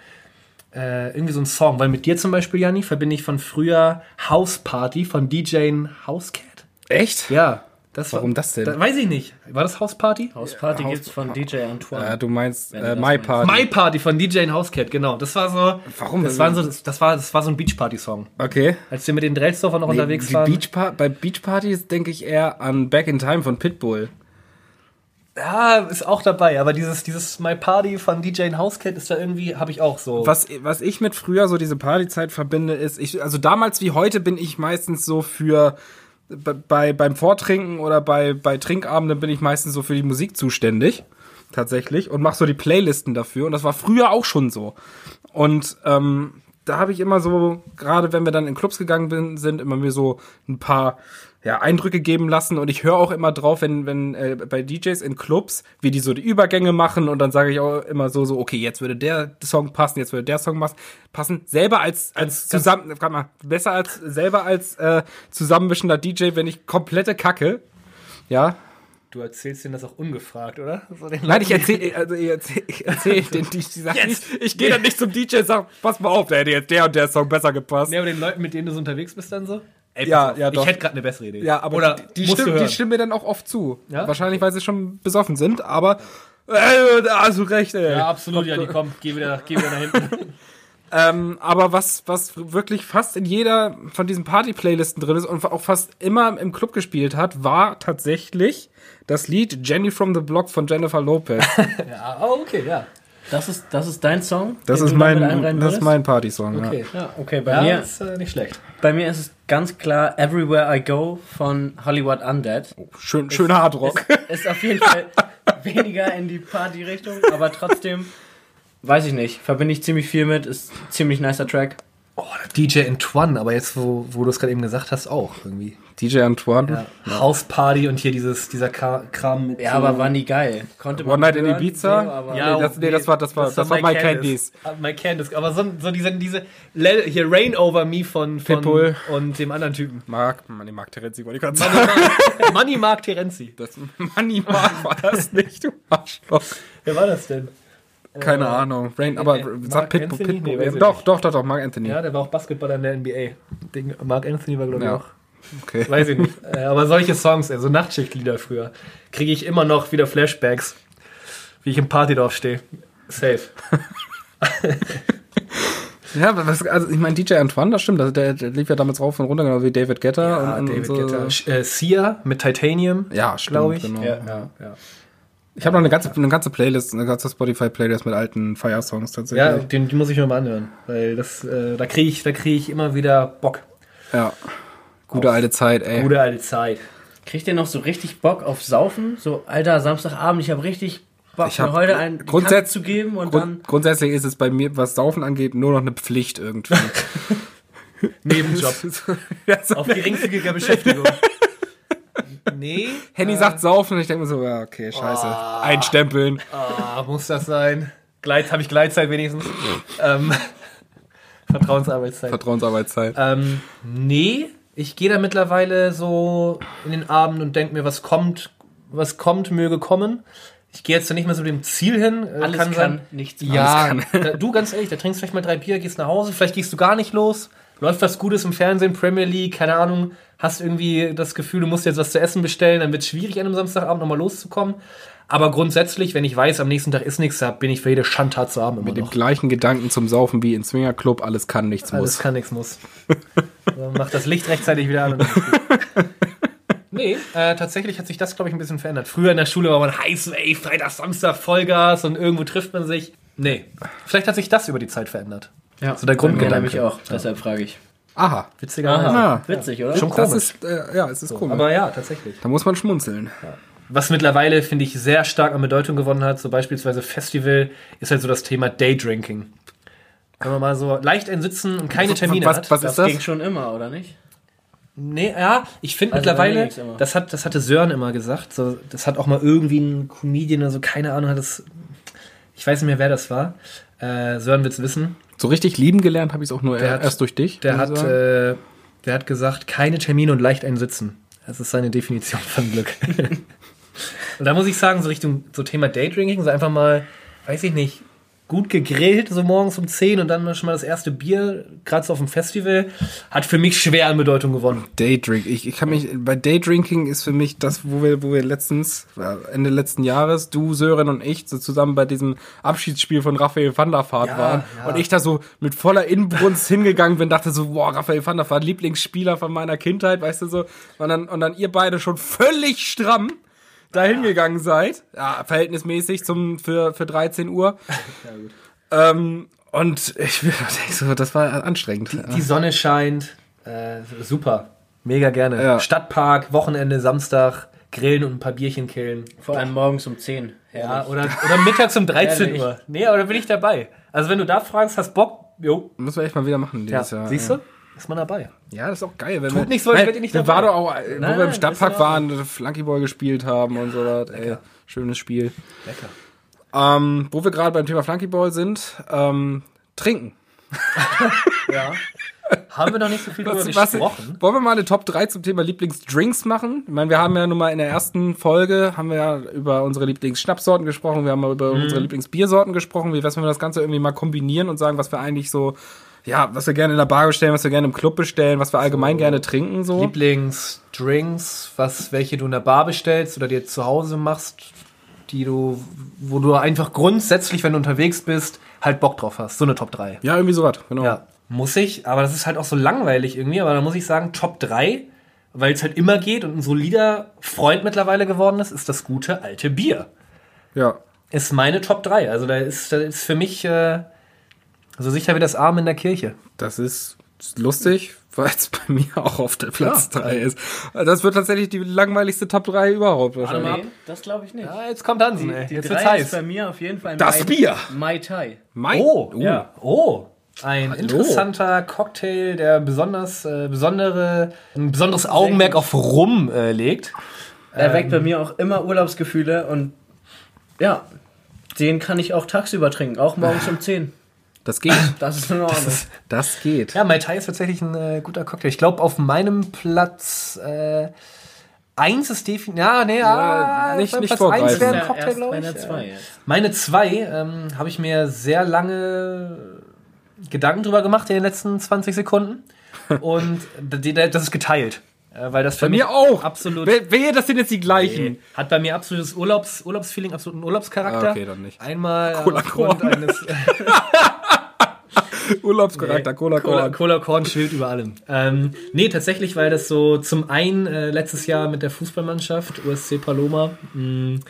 B: äh, irgendwie so einen Song? Weil mit dir zum Beispiel, Janni, verbinde ich von früher House Party von DJ Housecat.
A: Echt?
B: Ja. Das war-
A: Warum das denn?
B: Da, weiß ich nicht. War das Hausparty?
C: Hausparty
A: Haus-
C: gibt's von DJ Antoine.
A: Ja, du meinst
C: Wenn du
A: äh,
C: das
A: My
C: meinst.
A: Party.
B: My Party von DJ Housecat, genau. Das war so.
A: Warum?
B: Das, waren so, das, das, war, das war so ein Beachparty-Song.
A: okay.
B: Als wir mit den Drellsdorfern noch unterwegs
A: die
B: waren.
A: Beach Par- bei Beach Partys denke ich eher an Back in Time von Pitbull.
B: Ja, ist auch dabei, aber dieses, dieses My Party von DJ Housecat ist da irgendwie, habe ich auch so.
A: Was, was ich mit früher so diese Partyzeit verbinde, ist, ich, also damals wie heute bin ich meistens so für bei- bei, beim Vortrinken oder bei, bei Trinkabenden bin ich meistens so für die Musik zuständig. Tatsächlich. Und mach so die Playlisten dafür. Und das war früher auch schon so. Und ähm, da habe ich immer so, gerade wenn wir dann in Clubs gegangen bin, sind, immer mir so ein paar ja, Eindrücke geben lassen. Und ich höre auch immer drauf, wenn, wenn äh, bei DJs in Clubs, wie die so die Übergänge machen. Und dann sage ich auch immer so, so, okay, jetzt würde der Song passen, jetzt würde der Song mas- passen. Selber als, als
B: Ganz-
A: zusammen, warte mal, besser als, selber als äh, zusammenmischender DJ, wenn ich komplette Kacke. Ja,
B: Du erzählst denen das auch ungefragt, oder? So den
A: Nein, ich erzähle also ich erzähl, ich erzähl den die, die Sachen
B: Jetzt.
A: nicht. Ich gehe dann nicht zum DJ und sag, pass mal auf, da hätte jetzt der und der Song besser gepasst.
B: Ja, aber den Leuten, mit denen du so unterwegs bist, dann so? Ey,
A: Ja,
B: pass auf,
A: ja, doch.
B: Ich hätte gerade eine bessere Idee.
A: Ja, aber
B: Oder
A: die, die,
B: musst
A: stimmen,
B: du hören.
A: die stimmen mir dann auch oft zu.
B: Ja?
A: Wahrscheinlich, weil sie schon besoffen sind, aber äh, da hast du recht, ey.
B: Ja, absolut, ja, die kommen. Geh wieder, geh wieder nach hinten.
A: Ähm, aber was, was wirklich fast in jeder von diesen Party-Playlisten drin ist und auch fast immer im Club gespielt hat, war tatsächlich das Lied Jenny from the Block von Jennifer Lopez.
B: ja, oh, okay, ja.
C: Das ist, das ist dein Song?
A: Das
C: den
A: ist
C: du damit
A: mein,
C: einreihen
A: das ist
C: würdest?
A: mein Party-Song. Ja.
B: Okay.
C: Ja, okay, bei,
B: Ja,
C: mir,
B: ist äh, nicht schlecht.
C: bei mir ist es ganz klar Everywhere I Go von Hollywood Undead.
A: Schön, schöner Hardrock.
C: Ist auf jeden Fall weniger in die Party-Richtung, aber trotzdem, weiß ich nicht, verbinde ich ziemlich viel mit, ist ein ziemlich nicer Track.
B: Oh, DJ Antoine, aber jetzt, wo, wo du es gerade eben gesagt hast, auch irgendwie.
A: DJ Antoine.
B: Hausparty und hier dieses, dieser Ka- Kram mit.
C: Ja,
B: so-
C: aber waren die geil. Konnte man
A: One Night in
C: hören,
A: Ibiza?
C: So, aber
A: Ja. nee, das- nee, das war- das war- das war My Candies.
B: Ah, My Candies. Aber so, so diese, diese Le hier Rain Over Me von, von
A: Pitbull.
B: und dem anderen Typen.
A: Mark, Manni Mark Terenzi wollte ich gerade sagen.
B: Money, Money Mark Terenzi.
A: Das, Manni Mark war das nicht, du Arschloch.
B: Wer war das denn? Äh,
A: Keine Ahnung. Rain, aber
B: Mark
A: sagt Pitbull.
B: Anthony?
A: Pitbull.
B: Nee, weiß ich
A: doch,
B: nicht.
A: doch, doch, doch, Mark Anthony.
B: Ja, der war auch Basketballer in der NBA. Den Mark Anthony war, glaube ich,
A: Hm. Ja.
B: auch.
A: Okay.
B: Weiß ich nicht. Äh, aber solche Songs, also Nachtschichtlieder früher, kriege ich immer noch wieder Flashbacks, wie ich im Partydorf stehe. Safe.
A: Ja, aber was, also ich meine, DJ Antoine, das stimmt, das, der, der lief ja damals rauf und runter, genau wie David Guetta. und, und, und so.
B: Sch- Äh, Sia mit Titanium.
A: Ja, stimmt,
B: Glaub ich.
A: Genau.
C: Ja, ja, ja.
A: Ich habe noch eine ganze, eine ganze Playlist, eine ganze Spotify-Playlist mit alten Fire-Songs
B: Ja,
A: tatsächlich.
B: den, den muss ich mir mal anhören, weil das, äh, da kriege ich, da kriege ich immer wieder Bock.
A: Ja. Gute alte Zeit, ey.
B: Gute alte Zeit.
C: Kriegt ihr noch so richtig Bock auf Saufen? So, Alter, Samstagabend, ich habe richtig Bock,
A: Ich hab-
C: mir heute einen die
A: Grundsätz-
C: Kante zu geben und
A: Grund,
C: dann.
A: grundsätzlich ist es bei mir, was Saufen angeht, nur noch eine Pflicht irgendwie.
B: Nebenjob.
A: Das-
B: Auf geringfügiger Beschäftigung. Nee.
A: Henny sagt saufen und ich denke mir so, ja, okay, scheiße.
B: Oh.
A: Einstempeln.
B: Ah, muss das sein? Gleit, habe ich Gleitzeit wenigstens. ähm, Vertrauensarbeitszeit.
A: Vertrauensarbeitszeit.
B: Ähm, nee, ich gehe da mittlerweile so in den Abend und denke mir, was kommt, was kommt, möge kommen. Ich gehe jetzt da nicht mehr so mit dem Ziel hin. Äh,
C: Alles kann, nichts mehr.
B: Ja, da, du ganz ehrlich, da trinkst vielleicht mal drei Bier, gehst nach Hause, vielleicht gehst du gar nicht los, läuft was Gutes im Fernsehen, Premier League, keine Ahnung, hast irgendwie das Gefühl, du musst jetzt was zu essen bestellen, dann wird es schwierig, an einem Samstagabend nochmal loszukommen. Aber grundsätzlich, wenn ich weiß, am nächsten Tag ist nichts, da bin ich für jede Schandtat zu haben. Immer
A: Mit dem
B: noch.
A: gleichen Gedanken zum Saufen wie in Swingerclub, alles kann, nichts
B: Alles
A: muss.
B: kann, nichts muss. Also mach das Licht rechtzeitig wieder an. Und dann ist gut. nee, äh, tatsächlich hat sich das, glaube ich, ein bisschen verändert. Früher in der Schule war man heiß, ey, Freitag, Samstag, Vollgas und irgendwo trifft man sich. Nee, vielleicht hat sich das über die Zeit verändert.
C: Ja,
B: so der Grundgedanke.
C: mich auch, deshalb frage ich.
A: Aha.
B: Witzigerweise.
A: Aha.
C: Witzig, oder?
B: Schon
A: Das
B: komisch.
A: ist, äh, ja, es ist komisch.
B: aber ja, tatsächlich.
A: da muss man schmunzeln.
B: Was mittlerweile, finde ich, sehr stark an Bedeutung gewonnen hat, so beispielsweise Festival, ist halt so das Thema Daydrinking. Wenn man mal so leicht entsitzen und keine
A: Was-
B: Termine
A: was-
B: hat.
A: was-
C: das,
A: ist das?
C: ging schon immer, oder nicht?
B: Nee, ja, ich finde
C: Also bei mir
B: mittlerweile,
C: ging's immer.
B: das, hat, das hatte Sören immer gesagt, so, das hat auch mal irgendwie ein Comedian oder so, keine Ahnung, hat das, ich weiß nicht mehr, wer das war. Äh, Sören wird's wissen.
A: So richtig lieben gelernt habe ich es auch nur
B: Der
A: er-
B: hat-
A: erst durch dich.
B: Der
A: muss ich
B: hat,
A: sagen.
B: äh, der hat gesagt, keine Termine und leicht einsitzen. Das ist seine Definition von Glück. und da muss ich sagen, so Richtung so Thema Daydrinking, so einfach mal, weiß ich nicht, gut gegrillt, so morgens um 10 und dann schon mal das erste Bier, gerade so auf dem Festival, hat für mich schwer an Bedeutung gewonnen.
A: Daydrink. Ich, ich kann mich, bei Daydrinking ist für mich das, wo wir, wo wir letztens, äh, Ende letzten Jahres, du, Sören und ich, so zusammen bei diesem Abschiedsspiel von Raphael van der Vaart
B: Ja,
A: waren.
B: ja.
A: Und ich da so mit voller Inbrunst hingegangen bin, dachte so, boah, Raphael van der Vaart, Lieblingsspieler von meiner Kindheit, weißt du so. Und dann, und dann ihr beide schon völlig stramm. dahin gegangen seid. Ja, verhältnismäßig zum, für, für 13 Uhr. Ähm, und ich denke so, das war anstrengend. Äh,
B: Die Sonne scheint. Äh, super. Mega gerne.
A: Ja.
B: Stadtpark, Wochenende, Samstag, grillen und ein paar Bierchen killen.
C: Vor allem morgens um 10.
B: Ja, oder, oder mittags um 13
C: Ehrlich?
B: Uhr. Nee, aber da bin ich dabei. Also wenn du da fragst, hast Bock, jo.
A: Müssen wir echt mal wieder machen dieses Jahr.
B: Siehst du? Ist man dabei.
A: Ja, das ist auch geil. Wenn
B: Tut
A: wir,
B: nicht so, als wärt ihr nicht
A: wir waren
B: dabei.
A: doch auch, äh, wo wir
C: nein,
A: im
C: ist
A: Stadtpark
C: in
A: waren, äh, Flunkyball gespielt haben und so was. Ey, schönes Spiel.
B: Lecker.
A: Ähm, wo wir gerade beim Thema Flunkyball sind, ähm, trinken.
B: Haben wir noch nicht so viel drüber
A: Was, was,
B: gesprochen.
A: wollen wir mal eine Top 3 zum Thema Lieblingsdrinks machen? Ich meine, wir haben ja nun mal in der ersten Folge haben wir ja über unsere Lieblingsschnapssorten gesprochen, wir haben mal
B: Mhm.
A: über unsere Lieblingsbiersorten gesprochen. Wie wär's, wenn wir das Ganze irgendwie mal kombinieren und sagen, was wir eigentlich so, ja, was wir gerne in der Bar bestellen, was wir gerne im Club bestellen, was wir allgemein gerne trinken, so.
B: Oh. Lieblingsdrinks, was welche du in der Bar bestellst oder dir zu Hause machst, die du, wo du einfach grundsätzlich, wenn du unterwegs bist, halt Bock drauf hast. So eine Top 3.
A: Ja, irgendwie sowas, genau.
B: Ja, muss ich, aber das ist halt auch so langweilig irgendwie, aber da muss ich sagen, Top 3, weil es halt immer geht und ein solider Freund mittlerweile geworden ist, ist das gute alte Bier.
A: ja.
B: Ist meine Top 3. Also da ist, da ist für mich äh, so sicher wie das Arm in der Kirche.
A: Das ist lustig, weil es bei mir auch auf der Platz 3 ist. Das wird tatsächlich die langweiligste Top 3 überhaupt wahrscheinlich.
C: Nee, das glaube ich nicht.
B: Ja, jetzt kommt Hansen, ey.
C: Die
B: jetzt
C: drei
B: wird's
C: ist
B: heiß.
C: bei mir auf jeden Fall
A: Das
C: Mai,
A: Bier.
C: Mai Tai.
A: Mein,
B: Oh,
A: Uh.
B: ja. Oh, ein interessanter Cocktail, der besonders äh, besondere, ein besonderes Augenmerk auf Rum äh, legt.
C: Er weckt bei mir auch immer Urlaubsgefühle und ja, den kann ich auch tagsüber trinken, auch morgens um 10.
A: Das geht.
C: Das ist in Ordnung.
A: Das geht.
B: Ja, Mai Tai ist tatsächlich ein äh, guter Cocktail. Ich glaube, auf meinem Platz äh, eins ist definitiv. Ja, nee,
A: Ja,
B: ah,
A: nicht-
B: mein
A: nicht
B: Platz eins
A: vorgreifen.
B: wäre
A: Ja,
B: ein Cocktail,
C: erst
B: glaube
C: bei
B: ich.
C: der zwei
B: Äh,
C: jetzt.
B: Meine zwei ähm, habe ich mir sehr lange Gedanken drüber gemacht in den letzten 20 Sekunden. Und d- d- das ist geteilt. Äh, weil das für
A: Bei
B: mich
A: mir auch.
B: absolut.
A: Wer, wer das sind jetzt die gleichen?
B: Nee. Hm. Hat bei mir absolutes Urlaubs, Urlaubsfeeling, absoluten Urlaubscharakter.
A: Ah, okay, dann nicht.
B: Einmal
A: Cola
B: aufgrund
A: Korn.
B: eines äh,
A: Urlaubscharakter, Cola,
B: Cola,
A: Cola.
B: Cola Korn schwebt über allem. Ähm, nee, tatsächlich, weil das so zum einen äh, letztes Jahr mit der Fußballmannschaft, USC Paloma, mh,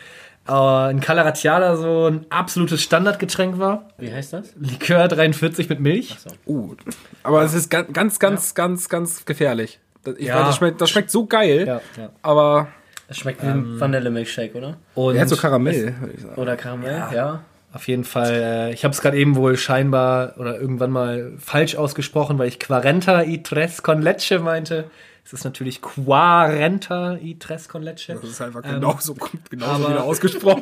B: äh, in Calaratiala so ein absolutes Standardgetränk war.
C: Wie heißt das?
B: Likör 43 mit Milch.
A: Uh. Aber es ist ganz, ganz, ganz, ganz, ganz gefährlich. Das, ich
B: Ja.
A: weiß, das, schmeckt, das schmeckt so geil,
B: Ja, ja.
A: aber
C: Das schmeckt wie ein Vanille-Milkshake, oder?
B: Und
A: er hat so Karamell, würde ich sagen.
C: Oder Karamell, ja.
B: auf jeden Fall, äh, ich habe es gerade eben wohl scheinbar oder irgendwann mal falsch ausgesprochen, weil ich Quarenta y tres con leche meinte. Es ist natürlich Quarenta y tres con leche.
A: Das ist einfach genauso, genauso
B: Ähm, aber-
A: wieder ausgesprochen.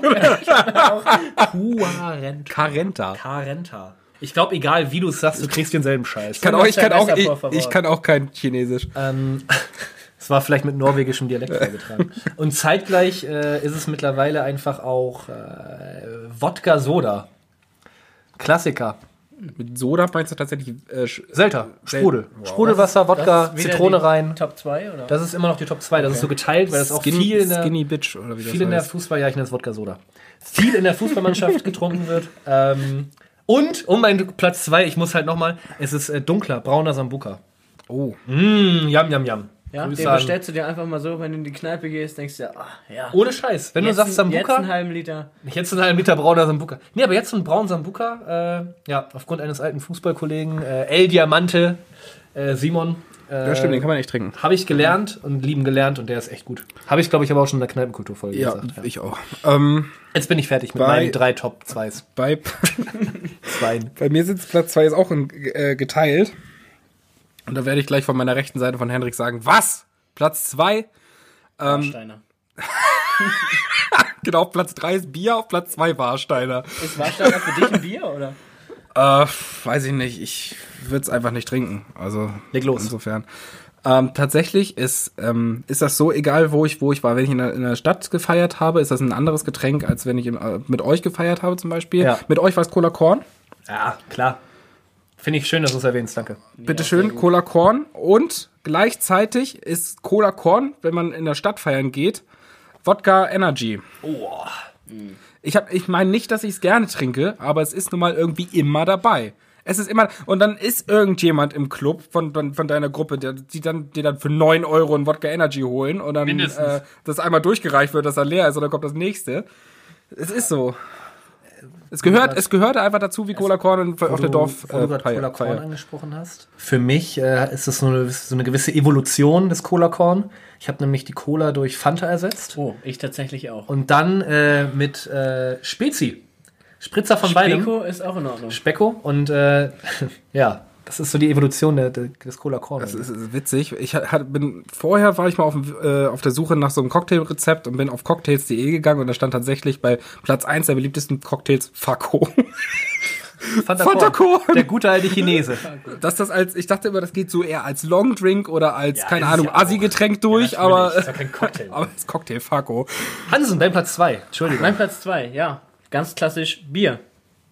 B: Quarenta.
A: Carenta.
B: Carenta. Ich glaube, egal wie du es sagst, du kriegst denselben Scheiß.
A: Kann auch, ich, kann auch,
C: Messer,
A: ich,
C: por favor.
A: ich kann auch kein Chinesisch.
B: Ähm, es war vielleicht mit norwegischem Dialekt vorgetragen. Und zeitgleich äh, ist es mittlerweile einfach auch äh, Wodka Soda. Klassiker.
A: Mit Soda meinst du tatsächlich äh, Sch-
B: Selter,
A: Sel-
B: Sprudel.
A: Wow.
B: Sprudelwasser,
C: Das
B: Wodka,
C: ist wieder
B: Zitrone
C: die
B: rein.
C: Top 2, oder?
B: Das ist immer noch die Top 2. Das ist so geteilt, weil das auch
A: Skinny,
B: viel in der,
A: Skinny Bitch oder wie das
B: viel in der
A: heißt.
B: Fußball, ja, ich nenne es Wodka Soda. Viel in der Fußballmannschaft getrunken wird. Ähm, und um meinen Platz 2, ich muss halt nochmal, es ist äh, dunkler, brauner Sambuka.
A: Oh,
B: Mm, yam, yam, yam.
C: ja,
B: Grüße
C: den
B: an-
C: bestellst du dir einfach mal so, wenn du in die Kneipe gehst, denkst du, ah, ja.
B: Ohne Scheiß. Oh, Wenn
C: Jetzt
B: du sagst
C: ein- Jetzt einen
B: Sambuka,
C: halben Liter.
B: nicht jetzt einen halben Liter brauner Sambuka. Nee, aber jetzt so einen braunen Sambuka, äh, ja, aufgrund eines alten Fußballkollegen, äh, El Diamante, äh, Simon. Äh,
A: ja, stimmt, den kann man nicht trinken.
B: Habe ich gelernt und lieben gelernt und der ist echt gut. Habe ich, glaube ich, aber auch schon in der Kneipenkulturfolge
A: Ja,
B: gesagt. Ja.
A: ich auch. Ähm,
B: Jetzt bin ich fertig mit
A: Bei-
B: meinen drei Top 2s.
A: bei,
B: Zweien.
A: bei mir sitzt Platz 2 jetzt auch in, äh, geteilt. Und da werde ich gleich von meiner rechten Seite von Hendrik sagen, was? Platz 2? Ähm.
C: Warsteiner.
A: Genau, auf Platz 3 ist Bier, auf Platz 2 Warsteiner.
C: Ist Warsteiner für dich ein Bier, oder?
A: Äh, weiß ich nicht, ich würde es einfach nicht trinken. Also,
B: Leg los.
A: Insofern. Ähm, tatsächlich ist, ähm, ist das so, egal wo ich, wo ich war. Wenn ich in der, in der Stadt gefeiert habe, ist das ein anderes Getränk, als wenn ich im, äh, mit euch gefeiert habe zum Beispiel.
B: Ja.
A: Mit euch war es Cola Korn.
B: Ja, klar. Finde ich schön, dass du es erwähnst, danke.
A: Bitteschön, Cola Korn. Und gleichzeitig ist Cola Korn, wenn man in der Stadt feiern geht, Wodka Energy.
B: Oh.
A: Ich, hab- ich meine nicht, dass ich es gerne trinke, aber es ist nun mal irgendwie immer dabei. Es ist immer, und dann ist irgendjemand im Club von, von, von deiner Gruppe, der, die dann, die dann für 9 Euro ein Wodka Energy holen und dann
B: Mindestens.
A: äh, das einmal durchgereicht wird, dass er leer ist und dann kommt das nächste. Es ist so. Es gehört, es gehörte einfach dazu wie Cola Korn und auf der Dorf.
B: wo du
A: äh,
B: gerade
A: Feier-
B: Cola Korn
A: Feier.
B: angesprochen hast. Für mich äh, ist das so eine, so eine gewisse Evolution des Cola Korn. Ich habe nämlich die Cola durch Fanta ersetzt
C: Oh, ich tatsächlich auch.
B: und dann äh, mit äh, Spezi. Spritzer von beidem.
C: Beko ist auch in Ordnung.
B: Specko und äh, ja, das ist so die Evolution der, der, des Cola Korn.
A: Das ist, ist witzig. Ich hat, hat- bin vorher war ich mal auf, dem, äh, auf der Suche nach so einem Cocktailrezept und bin auf cocktails.de gegangen und da stand tatsächlich bei Platz 1 der beliebtesten Cocktails Fako.
B: Fanta,
A: Fanta
B: Korn.
A: Korn.
B: Der gute alte Chinese.
A: Dass das als ich dachte immer, das geht so eher als Longdrink oder als
C: Ja,
A: keine
C: ist es
A: Ahnung
C: ja auch.
A: Assi Getränk durch,
C: natürlich.
A: aber äh,
C: Ist ja kein Cocktail.
A: aber als Cocktail Fako.
B: Hansen, dein Platz 2. Entschuldigung.
C: Mein Platz 2, ja. Ganz klassisch Bier.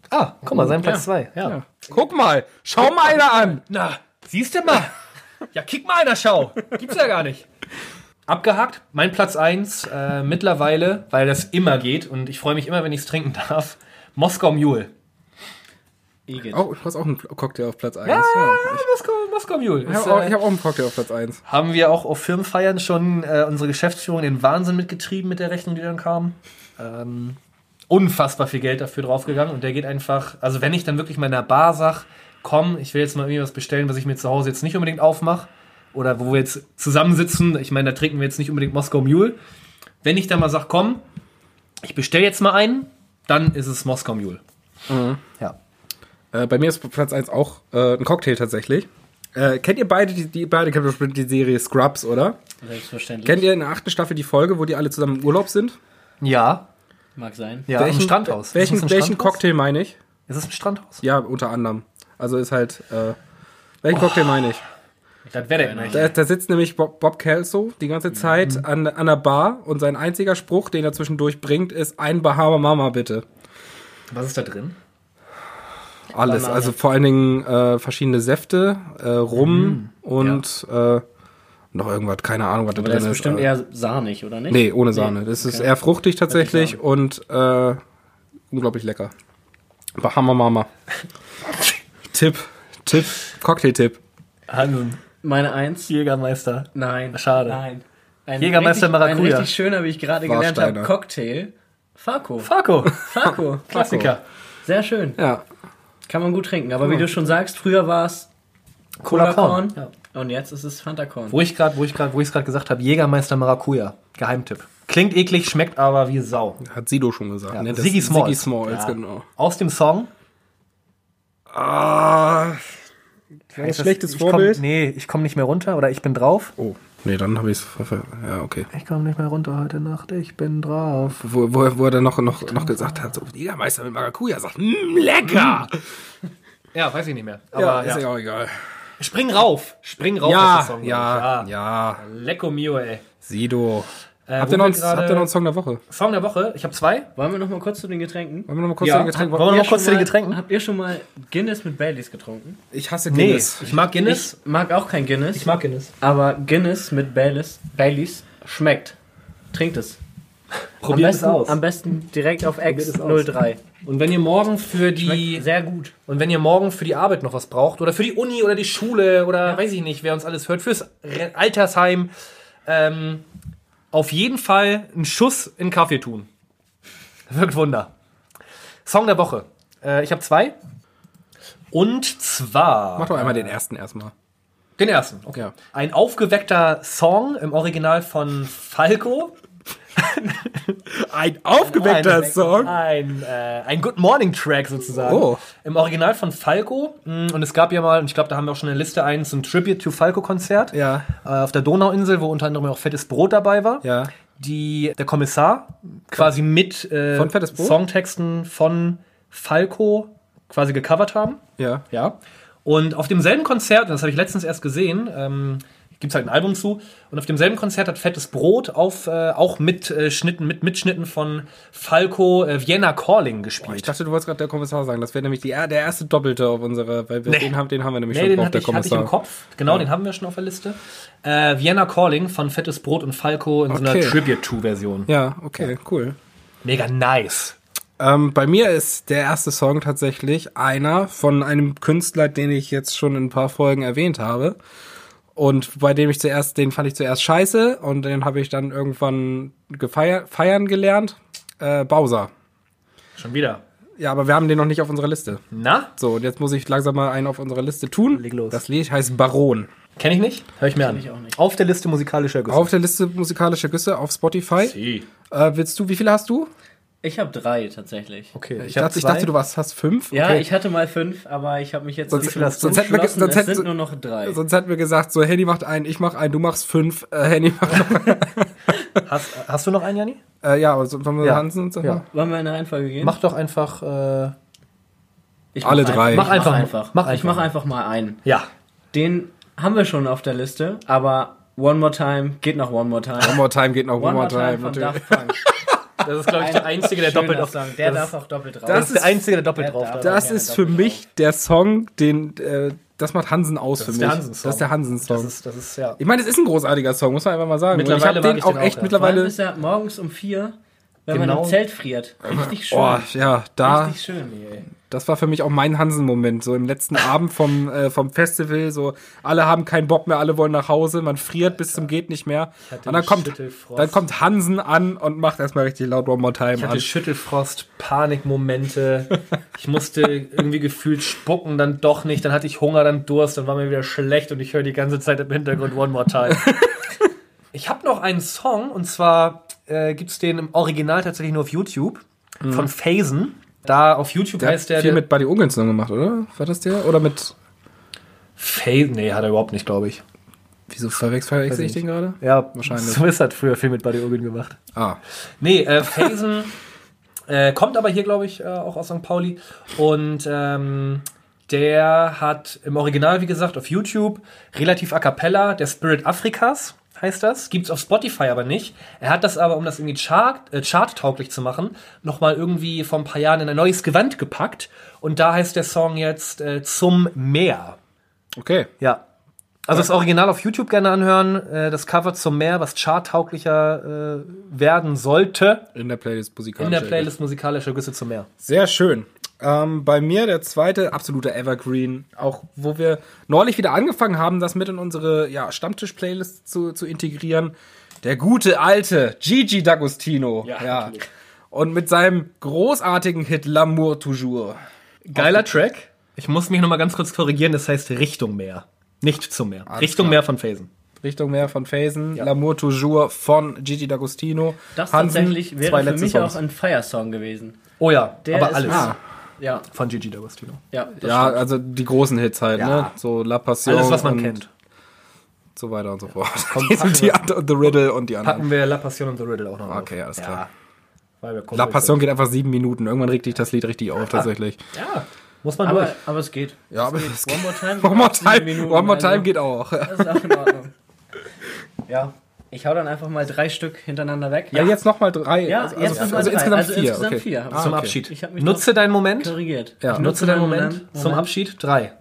B: Ah, guck mal, sein Platz 2.
C: Ja.
B: Ja.
A: Guck mal, schau mal einer an.
B: Na, siehst du mal. Ja, kick mal einer Schau. Gibt's ja gar nicht. Abgehakt, mein Platz 1 äh, mittlerweile, weil das immer geht und ich freue mich immer, wenn ich es trinken darf. Moskau Mule.
C: Igitt.
A: Oh, ich hast auch einen Cocktail auf Platz 1.
B: Moskau, Moskau Mule.
A: Ich
B: Ist,
A: habe auch, ich
B: äh,
A: hab auch einen Cocktail auf Platz 1.
B: haben wir auch auf Firmenfeiern schon äh, unsere Geschäftsführung den Wahnsinn mitgetrieben mit der Rechnung, die dann kam. Ähm, unfassbar viel Geld dafür draufgegangen und der geht einfach, also wenn ich dann wirklich mal in der Bar sag, komm, ich will jetzt mal irgendwie was bestellen, was ich mir zu Hause jetzt nicht unbedingt aufmache oder wo wir jetzt zusammensitzen, ich meine, da trinken wir jetzt nicht unbedingt Moskau Mule. Wenn ich dann mal sag, komm, ich bestell jetzt mal einen, dann ist es Moskau Mule.
A: Mhm.
B: Ja.
A: Äh, bei mir ist Platz 1 auch äh, ein Cocktail tatsächlich. Äh, kennt ihr beide, die, die beide kennt ihr bestimmt die Serie Scrubs, oder?
C: Selbstverständlich.
A: Kennt ihr in der achten Staffel die Folge, wo die alle zusammen im Urlaub sind?
B: Ja,
C: Mag sein.
B: ja, im Strandhaus.
A: Welchen,
B: Ist es ein
A: welchen
B: Strandhaus?
A: Cocktail meine ich?
B: Ist es ein Strandhaus?
A: Ja, unter anderem. Also ist halt. Äh, welchen Cocktail meine ich?
B: Das wäre der nicht.
A: Da, da sitzt nämlich Bob, Bob Kelso die ganze Zeit
B: Mhm.
A: an, an der Bar und sein einziger Spruch, den er zwischendurch bringt, ist ein Bahama Mama bitte.
B: Was ist da drin?
A: Alles,
C: Banane.
A: also vor allen Dingen äh, verschiedene Säfte, äh,
B: Mhm.
A: Rum und äh, noch irgendwas, keine Ahnung, was da
C: Aber
A: drin
C: das ist bestimmt
A: aber-
C: eher sahnig, oder nicht?
A: Nee, ohne Sahne. Das ist
C: okay.
A: eher fruchtig tatsächlich und äh, unglaublich lecker. Bahama Mama. Tipp, Tipp, Cocktail-Tipp.
B: Hansen.
C: Meine Eins.
B: Jägermeister.
C: Nein.
B: Schade.
C: Nein. Ein
B: Jägermeister
C: richtig,
B: Maracuja.
C: Ein richtig schöner, wie ich gerade gelernt habe,
A: Warsteiner.
C: Cocktail. Farko.
B: Farko.
C: Farko.
B: Klassiker.
C: Sehr schön.
A: Ja,
C: Kann man gut trinken. Aber wie du schon sagst, früher war es
B: Cola
C: Cola
B: Korn.
C: Corn. Und jetzt ist es Fanta Corn.
B: Wo ich gerade, wo ich gerade, wo ich es gerade gesagt habe, Jägermeister Maracuja. Geheimtipp. Klingt eklig, schmeckt aber wie Sau.
A: hat Sido schon gesagt.
B: Ja,
A: ne? Das-
B: Ziggy Smalls.
A: Ziggy Smalls,
B: Ja.
A: genau.
B: Aus dem Song.
A: Ah,
B: Ist das-
A: schlechtes
B: ich komm-
A: Vorbild.
B: nee, ich komme nicht mehr runter oder ich bin drauf.
A: Oh, nee, dann habe ich es. Ja, okay.
B: Ich komme nicht mehr runter heute Nacht, ich bin drauf.
A: Wo, wo, wo er dann noch, noch, noch gesagt hat, so, Jägermeister mit Maracuja sagt, "Mm, lecker!
B: Ja, weiß ich nicht mehr.
A: Ja,
B: Aber
A: ist
B: ja,
A: ja auch egal.
B: Spring rauf. Spring rauf. heißt der
A: Ja,
B: Song,
A: ja,
B: glaub ich.
A: ja,
B: Lecco mio, ey.
A: Sido.
B: Äh,
A: Habt
B: wo
A: ihr, noch,
B: wir
A: einen- habt ihr noch einen
B: gerade-
A: Song der Woche?
B: Song der Woche? Ich habe zwei.
C: Wollen wir noch mal kurz zu den Getränken?
A: Wollen wir noch mal kurz
B: Ja.
A: ein Getränk
B: Wollen wir noch
C: Habt ihr
B: kurz zu
C: schon
B: den
C: mal-
B: Getränken?
C: Habt ihr schon mal Guinness mit Baileys getrunken?
A: Ich hasse
B: Nee,
A: Guinness.
B: ich mag Guinness.
C: Ich mag auch kein Guinness,
B: Ich mag Guinness.
C: aber Guinness mit Baileys, Baileys schmeckt. Trinkt es.
B: Probiert
C: am besten, Am besten direkt auf
B: es aus.
C: X03.
B: Und wenn ihr morgen für die
C: Schmeckt sehr gut.
B: Und wenn ihr morgen für die Arbeit noch was braucht oder für die Uni oder die Schule oder weiß ich nicht, wer uns alles hört, fürs Re- Altersheim, ähm, auf jeden Fall einen Schuss in Kaffee tun. Wirkt Wunder. Song der Woche. Äh, ich habe zwei. Und zwar
A: Mach doch einmal den ersten erstmal.
B: den ersten. Okay.
A: Ja.
B: Ein aufgeweckter Song im Original von Falco.
A: Ein aufgeweckter
B: ein,
A: Song.
B: Ein, äh, ein Good Morning Track sozusagen.
A: Oh.
B: Im Original von Falco. Mm, Und es gab ja mal, und ich glaube, da haben wir auch schon in der Liste ein, so ein Tribute to Falco Konzert.
A: Ja.
B: Äh, auf der Donauinsel, wo unter anderem auch Fettes Brot dabei war.
A: Ja.
B: Die, der Kommissar quasi mit äh,
A: Von Fettes Brot?
B: Songtexten von Falco quasi gecovert haben.
A: Ja.
B: Ja. Und auf demselben Konzert, und das habe ich letztens erst gesehen, ähm, gibt es halt ein Album zu, und auf demselben Konzert hat Fettes Brot auf, äh, auch mit äh, Schnitten, mit Mitschnitten von Falco äh, Vienna Calling
A: Ich
B: gespielt.
A: dachte, du wolltest gerade der Kommissar sagen. Das wäre nämlich die, der erste Doppelte auf unserer, weil wir,
B: Nee.
A: den, haben, den haben wir nämlich
B: nee,
A: schon
B: den
A: drauf,
B: hatte
A: der
B: ich, hatte ich im
A: Kommissar.
B: Kopf. Genau, den haben wir schon auf der Liste. Äh, Vienna Calling von Fettes Brot und Falco in so einer
A: Okay.
B: Tribute-to-Version.
A: Ja, okay, cool.
B: Mega nice.
A: Ähm, bei mir ist der erste Song tatsächlich einer von einem Künstler, den ich jetzt schon in ein paar Folgen erwähnt habe. Und bei dem ich zuerst, den fand ich zuerst scheiße und den habe ich dann irgendwann gefeier, feiern gelernt. Äh, Bowser.
B: Schon wieder.
A: Ja, aber wir haben den noch nicht auf unserer Liste.
B: Na?
A: So, und jetzt muss ich langsam mal einen auf unserer Liste tun.
D: Leg los.
A: Das Lied heißt Baron.
B: Kenne ich nicht?
D: Hör ich mir an.
C: ich auch nicht.
D: Auf der Liste musikalischer Güsse.
A: Auf der Liste musikalischer Güsse auf Spotify.
B: Sie.
A: Äh, willst du, wie viele hast du?
C: Ich habe drei tatsächlich.
D: Okay,
A: Ich,
D: hab
A: dachte, ich
D: zwei.
A: dachte, du warst, hast fünf.
C: Ja,
A: Okay.
C: ich hatte mal fünf, aber ich habe mich jetzt
A: Sonst-
C: entschlossen.
A: sonst hätten wir ge-
C: entschlossen,
A: sonst
C: es
A: hätten-
C: sind nur noch drei.
A: Sonst hätten wir gesagt, so Henny macht einen, ich mach einen, du machst fünf, äh, Henny macht noch.
B: Hast, hast du noch einen, Janni?
A: äh, ja, aber so, wollen wir
D: Ja.
A: Hansen und so?
D: Ja.
C: Wollen wir in eine Reihenfolge gehen?
D: Mach doch einfach. Äh,
C: ich
A: alle
C: mach
A: drei.
C: Einfach, mach einfach.
B: Mach
C: einfach.
B: einfach.
C: ich mach einfach mal einen.
B: Ja.
C: Den haben wir schon auf der Liste, aber One More Time geht noch One More Time.
A: One More Time geht noch, One, More Time.
C: von
A: natürlich.
C: Daft Punk.
B: Das ist, glaube ich, der Einzige, der
C: Schöner
B: doppelt auf.
C: Song. Der
B: das
C: darf auch doppelt drauf.
B: Das ist der Einzige, der doppelt
C: Der
B: drauf
C: darf-
B: darf.
A: Das
C: gerne
A: ist für
C: doppelt
A: mich der Song, den, äh, das macht Hansen aus für
B: ist
A: mich.
B: der Hansen-Song.
A: Das ist der
B: Das
A: Hansen-Song.
B: ist, das ist, ja.
A: Ich meine, es ist ein großartiger Song, muss man einfach mal sagen. Und
B: Mittlerweile
A: ich habe
B: mag
A: den
B: ich
A: auch
B: den
A: echt
B: auch, ja.
C: Vor allem
A: mittlerweile.
C: ist er morgens um vier, wenn man
B: Genau.
C: im Zelt friert. Richtig schön.
A: Oh, ja, da.
C: Richtig schön. Ey.
A: Das war für mich auch mein Hansen-Moment. So im letzten Abend vom, äh, vom Festival, so alle haben keinen Bock mehr, alle wollen nach Hause, man friert bis zum Geht nicht mehr. Und dann kommt,
B: Schüttelfrost.
A: dann kommt Hansen an und macht erstmal richtig laut One More Time
B: Ich
A: an.
B: hatte Schüttelfrost, Panikmomente. Ich musste irgendwie gefühlt spucken, dann doch nicht. Dann hatte ich Hunger, dann Durst, dann war mir wieder schlecht und ich höre die ganze Zeit im Hintergrund One More Time. Ich habe noch einen Song und zwar äh, gibt es den im Original tatsächlich nur auf YouTube von Phasen. Da auf YouTube
A: Mhm. Der
B: heißt
A: hat
B: der.
A: viel
B: der-
A: mit Buddy Ungels zusammen gemacht, oder? War das der? Oder mit.
B: Phasen? Nee, hat er überhaupt nicht, glaube ich.
A: Wieso verwechsel verwechsel ich den gerade?
B: Ja,
A: wahrscheinlich.
B: Swiss hat früher viel mit Buddy Urban gemacht.
A: Ah.
B: Nee, äh, Phasen äh, kommt aber hier, glaube ich, äh, auch aus St. Pauli. Und ähm, der hat im Original, wie gesagt, auf YouTube relativ a cappella, der Spirit Afrikas heißt das. Gibt's auf Spotify aber nicht. Er hat das aber, um das irgendwie chart, äh, charttauglich zu machen, nochmal irgendwie vor ein paar Jahren in ein neues Gewand gepackt. Und da heißt der Song jetzt äh, Zum Meer.
A: Okay.
B: Ja. Also das Original auf YouTube gerne anhören, äh, das Cover zum Meer, was charttauglicher äh, werden sollte.
A: In der Playlist musikalisch.
B: In der Playlist musikalische Güsse zum Meer.
A: Sehr schön. Ähm, bei mir der zweite absoluter Evergreen, auch wo wir neulich wieder angefangen haben, das mit in unsere ja, Stammtisch-Playlist zu, zu integrieren. Der gute alte Gigi D'Agostino. Ja, Und mit seinem großartigen Hit L'amour toujours.
B: Geiler Track. Ich muss mich nochmal ganz kurz korrigieren, das heißt Richtung Meer. Nicht zum Meer. Richtung Meer von Phasen.
A: Richtung Meer von Phasen, L'amour toujours von Gigi D'Agostino.
C: Das
A: Hansen,
C: tatsächlich
A: zwei
C: wäre für
A: letzte
C: mich
A: Songs.
C: auch ein Fire-Song gewesen.
B: Oh ja,
C: Der
B: aber
C: ist-
B: alles.
C: Ah.
A: Ah,
C: Ja,
B: Von Gigi D'Agostino.
C: ja. das
A: ja,
C: stimmt.
A: also die großen Hits halt,
B: Ja.
A: ne? So La Passion.
B: Alles, was man
A: und
B: kennt.
A: So weiter und so fort.
B: Komm,
A: die,
B: packen
A: die, and- The Riddle und die anderen.
B: Packen wir La Passion und The Riddle auch noch auf.
A: Okay, alles klar.
B: Ja. Weil wir
A: La
B: Kumpels
A: Passion geht einfach sieben Minuten. Irgendwann regt dich das Lied richtig auf, tatsächlich.
B: sind. Ja, muss man
C: aber,
B: durch.
C: aber es geht.
A: Ja, aber
C: geht.
A: es
C: One More Time.
A: One more
C: sieben
A: time,
C: Minuten,
A: one more
C: also.
A: time geht auch. Ja.
C: Das ist auch in Ordnung. ja, ich hau dann einfach mal drei Stück hintereinander weg.
A: jetzt nochmal drei.
C: Ja,
A: also,
C: jetzt
A: also,
C: nochmal
A: also
C: drei.
A: insgesamt
C: Also
A: vier.
C: insgesamt
A: okay.
C: vier.
A: Ah,
B: Zum
A: okay.
B: Abschied.
C: Ich hab mich
B: Nutze deinen Moment.
C: korrigiert.
A: Ja.
C: Ich
B: Nutze deinen Moment. Zum
C: Moment.
B: Abschied. Drei.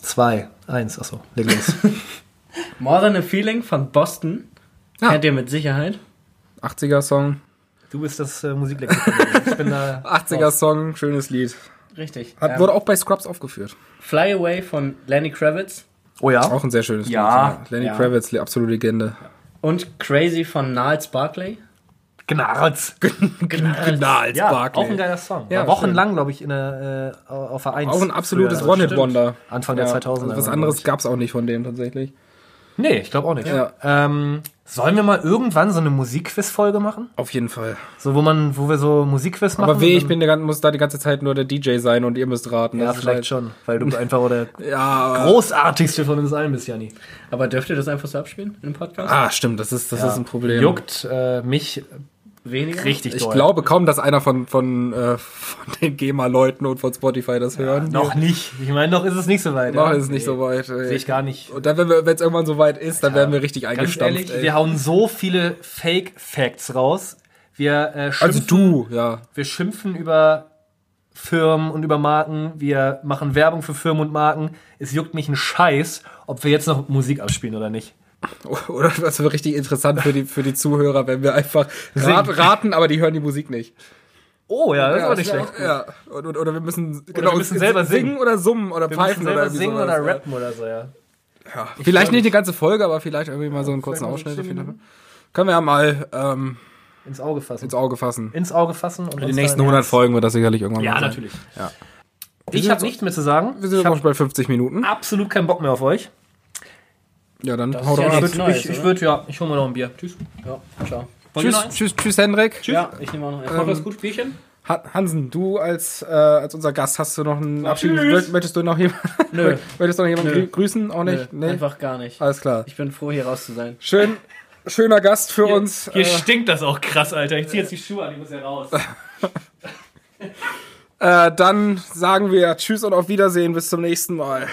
B: Zwei. Eins. Achso, leg los.
C: More Than a Feeling von Boston.
A: Ja.
C: Kennt ihr mit Sicherheit.
A: 80er Song.
B: Du bist das äh, Musiklexikon. ich bin da.
A: 80er Song, schönes Lied.
C: Richtig.
A: Hat,
C: Ähm,
A: Wurde auch bei Scrubs aufgeführt.
C: Fly Away von Lenny Kravitz
B: Oh ja.
A: Auch ein sehr schönes
B: Ja.
A: Lied. Lenny
C: Ja.
A: Kravitz, le- absolute Legende.
C: und Crazy von Niles Barkley.
B: Gnarz.
A: Genau, als
B: Ja,
A: Barkley.
B: auch ein geiler Song.
A: Ja,
B: War wochenlang, glaube ich, in der, äh, auf der 1.
A: Auch ein absolutes
B: früher.
A: One-Hit-Wonder.
B: Anfang der 2000er.
A: Also was anderes gab es auch nicht von dem tatsächlich.
B: Nee, ich glaube auch nicht.
A: Ja.
B: Ähm, sollen wir mal irgendwann so eine Musikquiz-Folge machen?
A: Auf jeden Fall.
B: So, wo man, wo wir so Musikquiz machen?
A: Aber weh, ich
B: und
A: bin der, gan- muss da die ganze Zeit nur der DJ sein und ihr müsst raten.
B: dann- Ja,
A: Das ist
B: vielleicht schon, weil du einfach auch der
A: halt- Ja, aber-
B: großartigste von uns allen bist, Janni.
C: Aber dürft ihr das einfach so abspielen im Podcast?
A: Ah, stimmt, das ist, das ist ein Problem.
B: Juckt äh, mich
C: Weniger?
B: richtig
A: Ich
B: doll.
A: glaube kaum, dass einer von, von, äh, von den GEMA-Leuten und von Spotify das hören.
B: Noch nicht. Ich meine, noch ist es nicht so weit.
A: Noch
B: ja.
A: ist es nicht so weit. ey.
B: Sehe ich gar nicht.
A: Und dann, wenn es irgendwann so weit ist, dann werden wir richtig
B: Ganz
A: eingestampft.
B: ehrlich,
A: ey.
B: wir hauen so viele Fake-Facts raus. Wir, äh,
A: also
B: schimpfen-
A: du, ja.
B: wir schimpfen über Firmen und über Marken. Wir machen Werbung für Firmen und Marken. Es juckt mich ein Scheiß, ob wir jetzt noch Musik abspielen oder nicht.
A: Oder das wird richtig interessant für die, für die Zuhörer, wenn wir einfach rat, raten, aber die hören die Musik nicht.
B: Oh ja, das ist
A: ja,
B: auch nicht
A: das wär
B: schlecht.
A: Ja. Und, und, oder wir müssen, oder
B: wir müssen selber singen.
A: oder summen oder
B: Wir
A: pfeifen
B: müssen selber
A: oder irgendwie
B: singen
A: sowas,
B: oder
A: ja.
B: rappen oder so, ja.
A: Ja. Vielleicht nicht die ganze Folge, aber vielleicht irgendwie mal so einen kurzen
B: vielleicht mal
A: Ausschnitt.
B: so
A: auf jeden
B: zehn
A: Fall. Können wir ja mal ähm,
B: Ins Auge fassen.
A: ins Auge fassen.
B: Ins Auge fassen und
A: In
B: uns
A: den nächsten
B: dann-
A: 100 Folgen wird das sicherlich irgendwann
B: Ja,
A: mal sein.
B: natürlich.
A: Ja.
B: Ich habe nichts mehr zu sagen.
A: Wir sind
B: Ich
A: jetzt auch
B: habe
A: schon bei 50 Minuten.
B: absolut keinen Bock mehr auf euch.
A: Ja, dann
C: Das
A: hau
C: ist
A: doch
C: ja
A: ab.
C: nichts
B: Ich,
C: Neues,
B: ich, ich
C: oder?
B: würde ja, ich hole mir noch ein Bier. Tschüss.
C: Ja, ciao.
B: Wollt ihr noch
A: Tschüss,
B: eins?
A: tschüss, tschüss, Ähm, Hendrik.
B: Tschüss.
C: Ja, ich nehme auch noch einen.
B: Macht das gut, Bierchen.
A: Ha- Hansen, du als, äh, als unser Gast hast du noch einen Abschied. Mö- Möchtest du noch jemanden,
C: Nö,
A: möchtest du noch jemanden
C: Nö.
A: grü- grüßen? Auch
C: nö
A: nicht? nee?
C: einfach gar nicht.
A: Alles klar.
C: Ich bin froh, hier raus zu sein.
A: Schön, schöner Gast für uns.
B: Hier
A: Äh,
B: stinkt das auch krass, Alter. Ich zieh jetzt die Schuhe an, ich muss ja raus.
A: äh, dann sagen wir Tschüss und auf Wiedersehen. Bis zum nächsten Mal.